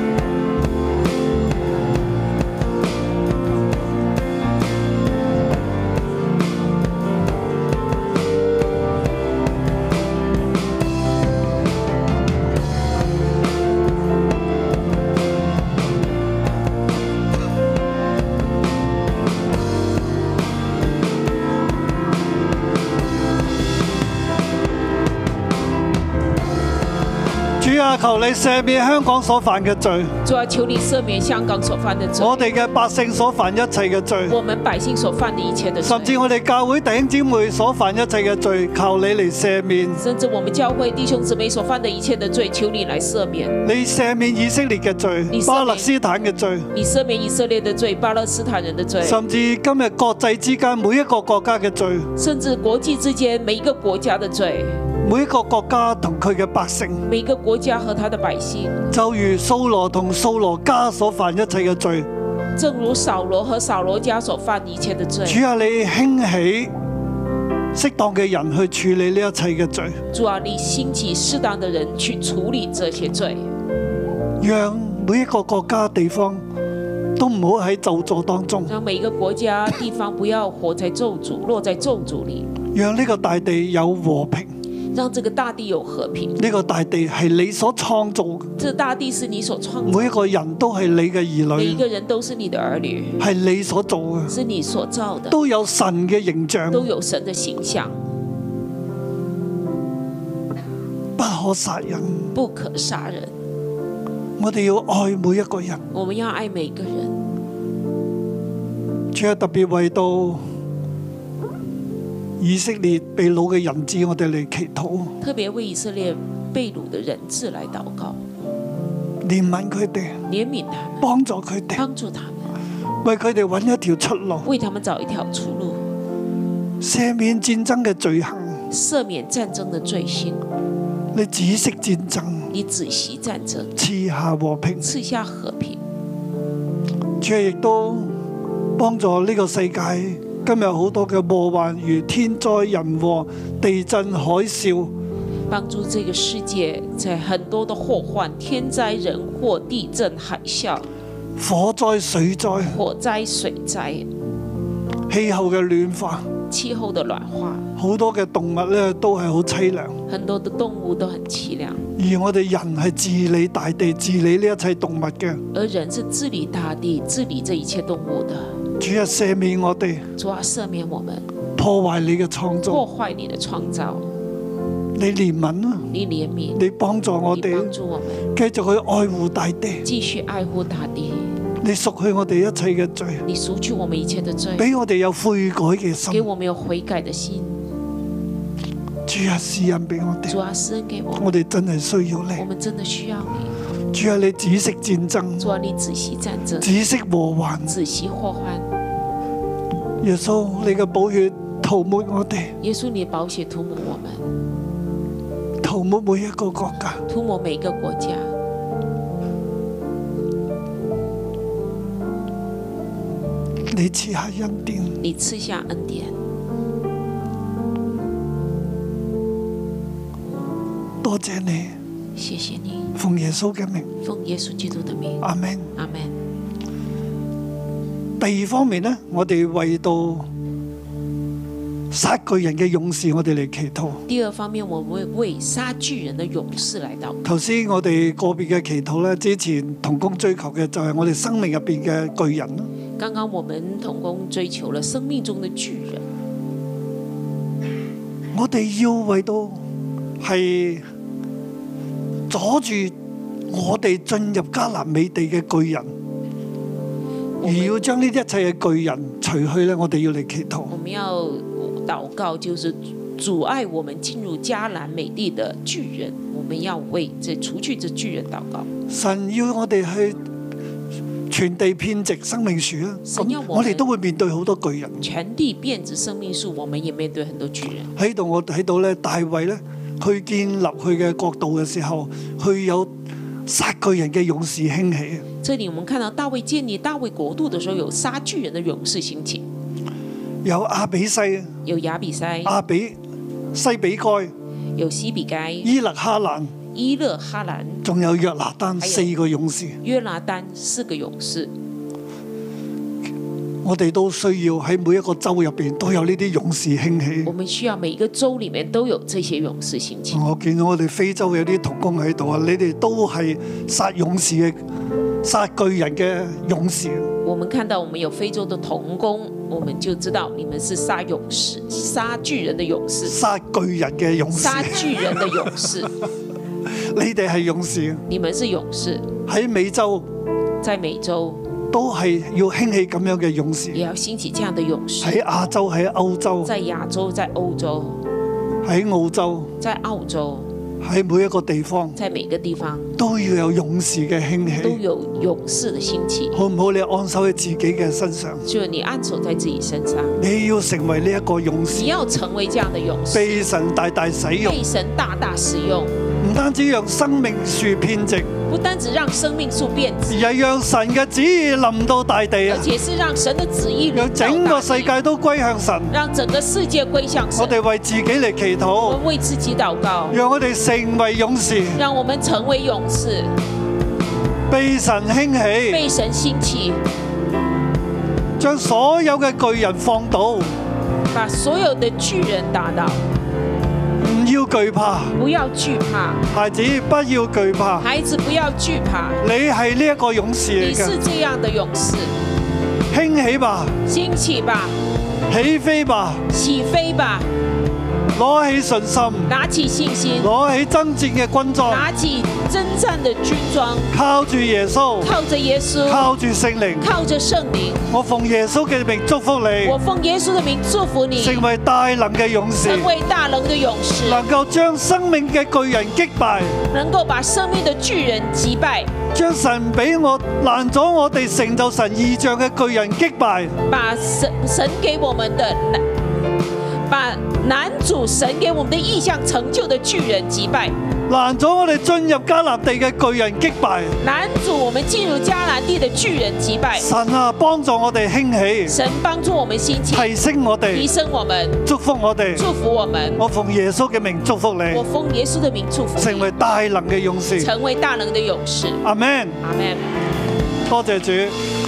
[SPEAKER 2] 主啊，求你赦免香港所犯嘅罪，
[SPEAKER 3] 主要求你赦免香港所犯的罪，
[SPEAKER 2] 我哋嘅百姓所犯一切嘅罪，
[SPEAKER 3] 我们百姓所犯的一切的罪
[SPEAKER 2] 甚，至我哋教會弟兄姊妹所犯一切嘅罪，求你嚟赦免。
[SPEAKER 3] 甚至我们教会弟兄姊妹所犯的一切的罪，求你来赦免。
[SPEAKER 2] 你赦免以色列嘅罪
[SPEAKER 3] 你赦免、
[SPEAKER 2] 巴勒斯坦嘅罪，
[SPEAKER 3] 你赦免以色列的罪、巴勒斯坦人的罪，
[SPEAKER 2] 甚至今日國際之間每一個國家嘅罪，
[SPEAKER 3] 甚至国际之间每一个国家的罪，
[SPEAKER 2] 每一個國家同佢嘅百姓，
[SPEAKER 3] 每一个国家和他的百姓，
[SPEAKER 2] 就如掃羅同掃羅家所犯一切嘅罪。
[SPEAKER 3] 正如扫罗和扫罗家所犯一切的罪。
[SPEAKER 2] 主啊，你興起適當嘅人去處理呢一切嘅罪，
[SPEAKER 3] 主啊，你兴起适当的人去处理这些罪，
[SPEAKER 2] 讓每一個國家地方都唔好喺咒詛當中，
[SPEAKER 3] 让每一个国家地方不要活在咒诅，落在咒诅里，
[SPEAKER 2] 讓呢個大地有和平。呢、
[SPEAKER 3] 让这个大地有和平。
[SPEAKER 2] 個大地係你所創造嘅，
[SPEAKER 3] 这大地是你所创造
[SPEAKER 2] 每一個人都係你嘅兒
[SPEAKER 3] 每一
[SPEAKER 2] 女，
[SPEAKER 3] 个人都是你的儿女，
[SPEAKER 2] 係你所做嘅，
[SPEAKER 3] 是你所造的，
[SPEAKER 2] 都有神嘅形象，
[SPEAKER 3] 都有神的形象，
[SPEAKER 2] 不可殺人。
[SPEAKER 3] 不可杀人。
[SPEAKER 2] 我哋要愛每一個人。
[SPEAKER 3] 我们要爱每个人，
[SPEAKER 2] 主啊，特別為到以色列被掳嘅人質，我哋嚟祈禱。
[SPEAKER 3] 特别为以色列被掳的人质来祷告。
[SPEAKER 2] 憐憫佢哋，
[SPEAKER 3] 怜悯他们，
[SPEAKER 2] 幫助佢哋，
[SPEAKER 3] 帮助他们，
[SPEAKER 2] 為佢哋揾一條出路，
[SPEAKER 3] 为他们找一条出路，
[SPEAKER 2] 赦免戰爭嘅罪行。
[SPEAKER 3] 赦免战争的罪行。
[SPEAKER 2] 你止息戰爭，
[SPEAKER 3] 你止息战争，
[SPEAKER 2] 賜下和平。
[SPEAKER 3] 赐下和平。
[SPEAKER 2] 主亦都幫助呢個世界。今日好多嘅禍患，如天災人禍、地震、海嘯，
[SPEAKER 3] 帮助这个世界在很多的祸患、天灾人祸、地震、海啸、
[SPEAKER 2] 火災、水災、
[SPEAKER 3] 火灾、水灾、
[SPEAKER 2] 氣候嘅暖化，
[SPEAKER 3] 气候的暖化，
[SPEAKER 2] 好多嘅動物咧都係好凄涼。
[SPEAKER 3] 很多的动物都很凄凉，
[SPEAKER 2] 而我哋人係治理大地、治理呢一切動物嘅。
[SPEAKER 3] 而人是治理大地、治理这一切动物的。
[SPEAKER 2] 主啊，赦免我哋
[SPEAKER 3] 主啊，赦免我们
[SPEAKER 2] 破壞你嘅創
[SPEAKER 3] 破
[SPEAKER 2] 造，
[SPEAKER 3] 坏你的创造，
[SPEAKER 2] 你憐憫啊，
[SPEAKER 3] 你怜悯，
[SPEAKER 2] 你幫助我
[SPEAKER 3] 你
[SPEAKER 2] 哋
[SPEAKER 3] 帮助我们
[SPEAKER 2] 繼續去愛護大地，
[SPEAKER 3] 继续爱护大地，
[SPEAKER 2] 你贖去我哋一切嘅罪，
[SPEAKER 3] 你赎去我们一切的罪，
[SPEAKER 2] 俾我哋有悔改嘅
[SPEAKER 3] 给
[SPEAKER 2] 心。
[SPEAKER 3] 我们有悔改的心。
[SPEAKER 2] 主啊，施恩俾我
[SPEAKER 3] 主
[SPEAKER 2] 哋，
[SPEAKER 3] 啊，施恩给我们，
[SPEAKER 2] 我哋真係需要
[SPEAKER 3] 我
[SPEAKER 2] 你。
[SPEAKER 3] 们真的需要你。
[SPEAKER 2] 主啊，你止息戰爭，
[SPEAKER 3] 主啊，你止息战争，
[SPEAKER 2] 止息禍患。
[SPEAKER 3] 止息祸患。
[SPEAKER 2] 耶穌，你嘅寶血塗抹我哋，
[SPEAKER 3] 耶稣，你的宝血涂抹我们，
[SPEAKER 2] 塗抹每一個國家。
[SPEAKER 3] 涂抹每一个国家。
[SPEAKER 2] 你賜下恩典，
[SPEAKER 3] 你赐下恩典，
[SPEAKER 2] 多謝你，
[SPEAKER 3] 谢谢你。
[SPEAKER 2] 奉耶穌嘅名，
[SPEAKER 3] 奉耶稣基督的名，
[SPEAKER 2] 阿門。
[SPEAKER 3] 阿门。
[SPEAKER 2] 第二方面呢，我哋為到殺巨人嘅勇士，我哋嚟祈禱。
[SPEAKER 3] 第二方面，我们会为杀巨人的勇士来祷告。
[SPEAKER 2] 頭先我哋個別嘅祈禱呢，之前同工追求嘅就係我哋生命入邊嘅巨人啦。
[SPEAKER 3] 刚刚我们同工追求了生命中的巨人，
[SPEAKER 2] 我哋要為到係阻住我哋進入迦南美地嘅巨人，而要將呢一切嘅巨人除去呢，我哋要嚟祈禱。
[SPEAKER 3] 我们要祷告，就是阻碍我们进入迦南美地的巨人。我们要为这除去这巨人祷告。
[SPEAKER 2] 神要我哋去全地遍植生命樹啦，
[SPEAKER 3] 神要
[SPEAKER 2] 咁
[SPEAKER 3] 我哋
[SPEAKER 2] 我哋都會面對好多巨人。
[SPEAKER 3] 全地遍植生命树，我们也面对很多巨人。
[SPEAKER 2] 喺度我睇到咧，大衛咧去建立佢嘅國度嘅時候，佢有殺巨人嘅勇士興起。
[SPEAKER 3] 这里我们看到大卫建立大卫国度的时候，有杀巨人的勇士兴起，
[SPEAKER 2] 有阿比西、
[SPEAKER 3] 有亚比塞，
[SPEAKER 2] 阿比西比該、
[SPEAKER 3] 有西比该、
[SPEAKER 2] 伊勒哈蘭，
[SPEAKER 3] 伊勒哈兰、
[SPEAKER 2] 仲有約拿丹
[SPEAKER 3] 哎呀
[SPEAKER 2] 四個勇士。
[SPEAKER 3] 约拿丹四个勇士。
[SPEAKER 2] 我哋都需要喺每一個州入邊都有呢啲勇士興
[SPEAKER 3] 我
[SPEAKER 2] 起。
[SPEAKER 3] 们需要每一个州里面都有这些勇士兴起。
[SPEAKER 2] 我見到我哋非洲有啲童工喺度啊，你哋都係殺勇士嘅殺巨人嘅勇士。
[SPEAKER 3] 我们看到我们有非洲的童工，我们就知道你们是杀勇士、杀巨人的勇士、
[SPEAKER 2] 殺巨人嘅勇士，
[SPEAKER 3] 杀巨人的勇士。
[SPEAKER 2] 你哋係勇士
[SPEAKER 3] 你们是勇士，
[SPEAKER 2] 喺美洲
[SPEAKER 3] 在美洲
[SPEAKER 2] 都係要興起咁樣嘅勇士，
[SPEAKER 3] 也要兴起这样的勇士，
[SPEAKER 2] 喺亞洲、喺歐洲、
[SPEAKER 3] 在亚洲、在欧洲、
[SPEAKER 2] 喺澳洲、
[SPEAKER 3] 在澳洲、
[SPEAKER 2] 喺每一個地方
[SPEAKER 3] 在每个地方
[SPEAKER 2] 都要有勇士嘅興
[SPEAKER 3] 都
[SPEAKER 2] 起。
[SPEAKER 3] 有勇士的兴起。
[SPEAKER 2] 好唔好？你安守喺自己嘅身上，
[SPEAKER 3] 就你按手在自己身上，
[SPEAKER 2] 你要成為呢一個勇
[SPEAKER 3] 你
[SPEAKER 2] 士，
[SPEAKER 3] 要成为这样的勇士，
[SPEAKER 2] 被神大大使用，
[SPEAKER 3] 被神大大使用，
[SPEAKER 2] 唔單止讓生命樹遍植，
[SPEAKER 3] 不单只让生命树变
[SPEAKER 2] 而係讓神嘅旨意臨到大地
[SPEAKER 3] 而
[SPEAKER 2] 啊，
[SPEAKER 3] 且是让神的旨意
[SPEAKER 2] 讓
[SPEAKER 3] 领导
[SPEAKER 2] 整個
[SPEAKER 3] 大
[SPEAKER 2] 世
[SPEAKER 3] 地，
[SPEAKER 2] 界都歸向神。
[SPEAKER 3] 让整个世界归向神
[SPEAKER 2] 我。哋為自己嚟祈
[SPEAKER 3] 我
[SPEAKER 2] 禱，
[SPEAKER 3] 们为自己祷告，
[SPEAKER 2] 讓我哋成為勇士，
[SPEAKER 3] 让我们成为勇士，
[SPEAKER 2] 被神興起。
[SPEAKER 3] 被神兴起，
[SPEAKER 2] 将所有嘅巨人放倒，唔
[SPEAKER 3] 把所有的巨人打倒。
[SPEAKER 2] 要惧怕，
[SPEAKER 3] 不要惧怕，
[SPEAKER 2] 孩子不要惧怕，
[SPEAKER 3] 孩子不要惧怕，
[SPEAKER 2] 你系呢一个勇士
[SPEAKER 3] 你
[SPEAKER 2] 嚟
[SPEAKER 3] 是
[SPEAKER 2] 嘅，
[SPEAKER 3] 这样的勇士，
[SPEAKER 2] 兴起吧，
[SPEAKER 3] 兴起吧，
[SPEAKER 2] 起飞吧，
[SPEAKER 3] 起飞吧，
[SPEAKER 2] 攞起信心，
[SPEAKER 3] 拿起信心，
[SPEAKER 2] 攞起爭戰嘅軍裝，
[SPEAKER 3] 拿起征战的军装，
[SPEAKER 2] 靠住耶穌，
[SPEAKER 3] 靠着耶稣，
[SPEAKER 2] 靠住聖靈。
[SPEAKER 3] 靠着圣灵。
[SPEAKER 2] 我奉耶穌嘅名祝福
[SPEAKER 3] 我
[SPEAKER 2] 你，
[SPEAKER 3] 奉耶稣的名祝福你，
[SPEAKER 2] 成為大能嘅勇士，
[SPEAKER 3] 成为大能的勇士，
[SPEAKER 2] 能夠將生命嘅巨人擊敗，
[SPEAKER 3] 能够把生命的巨人击败，
[SPEAKER 2] 將神俾我攔咗我哋成就神意象嘅巨人擊敗。
[SPEAKER 3] 把神神给我们的难，把男主神给我们的意向成就的巨人击败，
[SPEAKER 2] 攔咗我哋進入迦南地嘅巨人擊敗。
[SPEAKER 3] 男主我们进入迦南地的巨人击败。
[SPEAKER 2] 神啊，幫助我哋興起，
[SPEAKER 3] 神帮助我们兴起，
[SPEAKER 2] 提升我
[SPEAKER 3] 提
[SPEAKER 2] 哋，
[SPEAKER 3] 升我们，
[SPEAKER 2] 祝福我哋。
[SPEAKER 3] 祝福我们。
[SPEAKER 2] 我奉耶穌嘅名祝福
[SPEAKER 3] 我
[SPEAKER 2] 你，
[SPEAKER 3] 奉耶稣的名祝福你，
[SPEAKER 2] 嗯成為大能嘅勇士。
[SPEAKER 3] 成为大能的勇士。
[SPEAKER 2] 阿 Man，
[SPEAKER 3] 阿门。
[SPEAKER 2] 多謝主。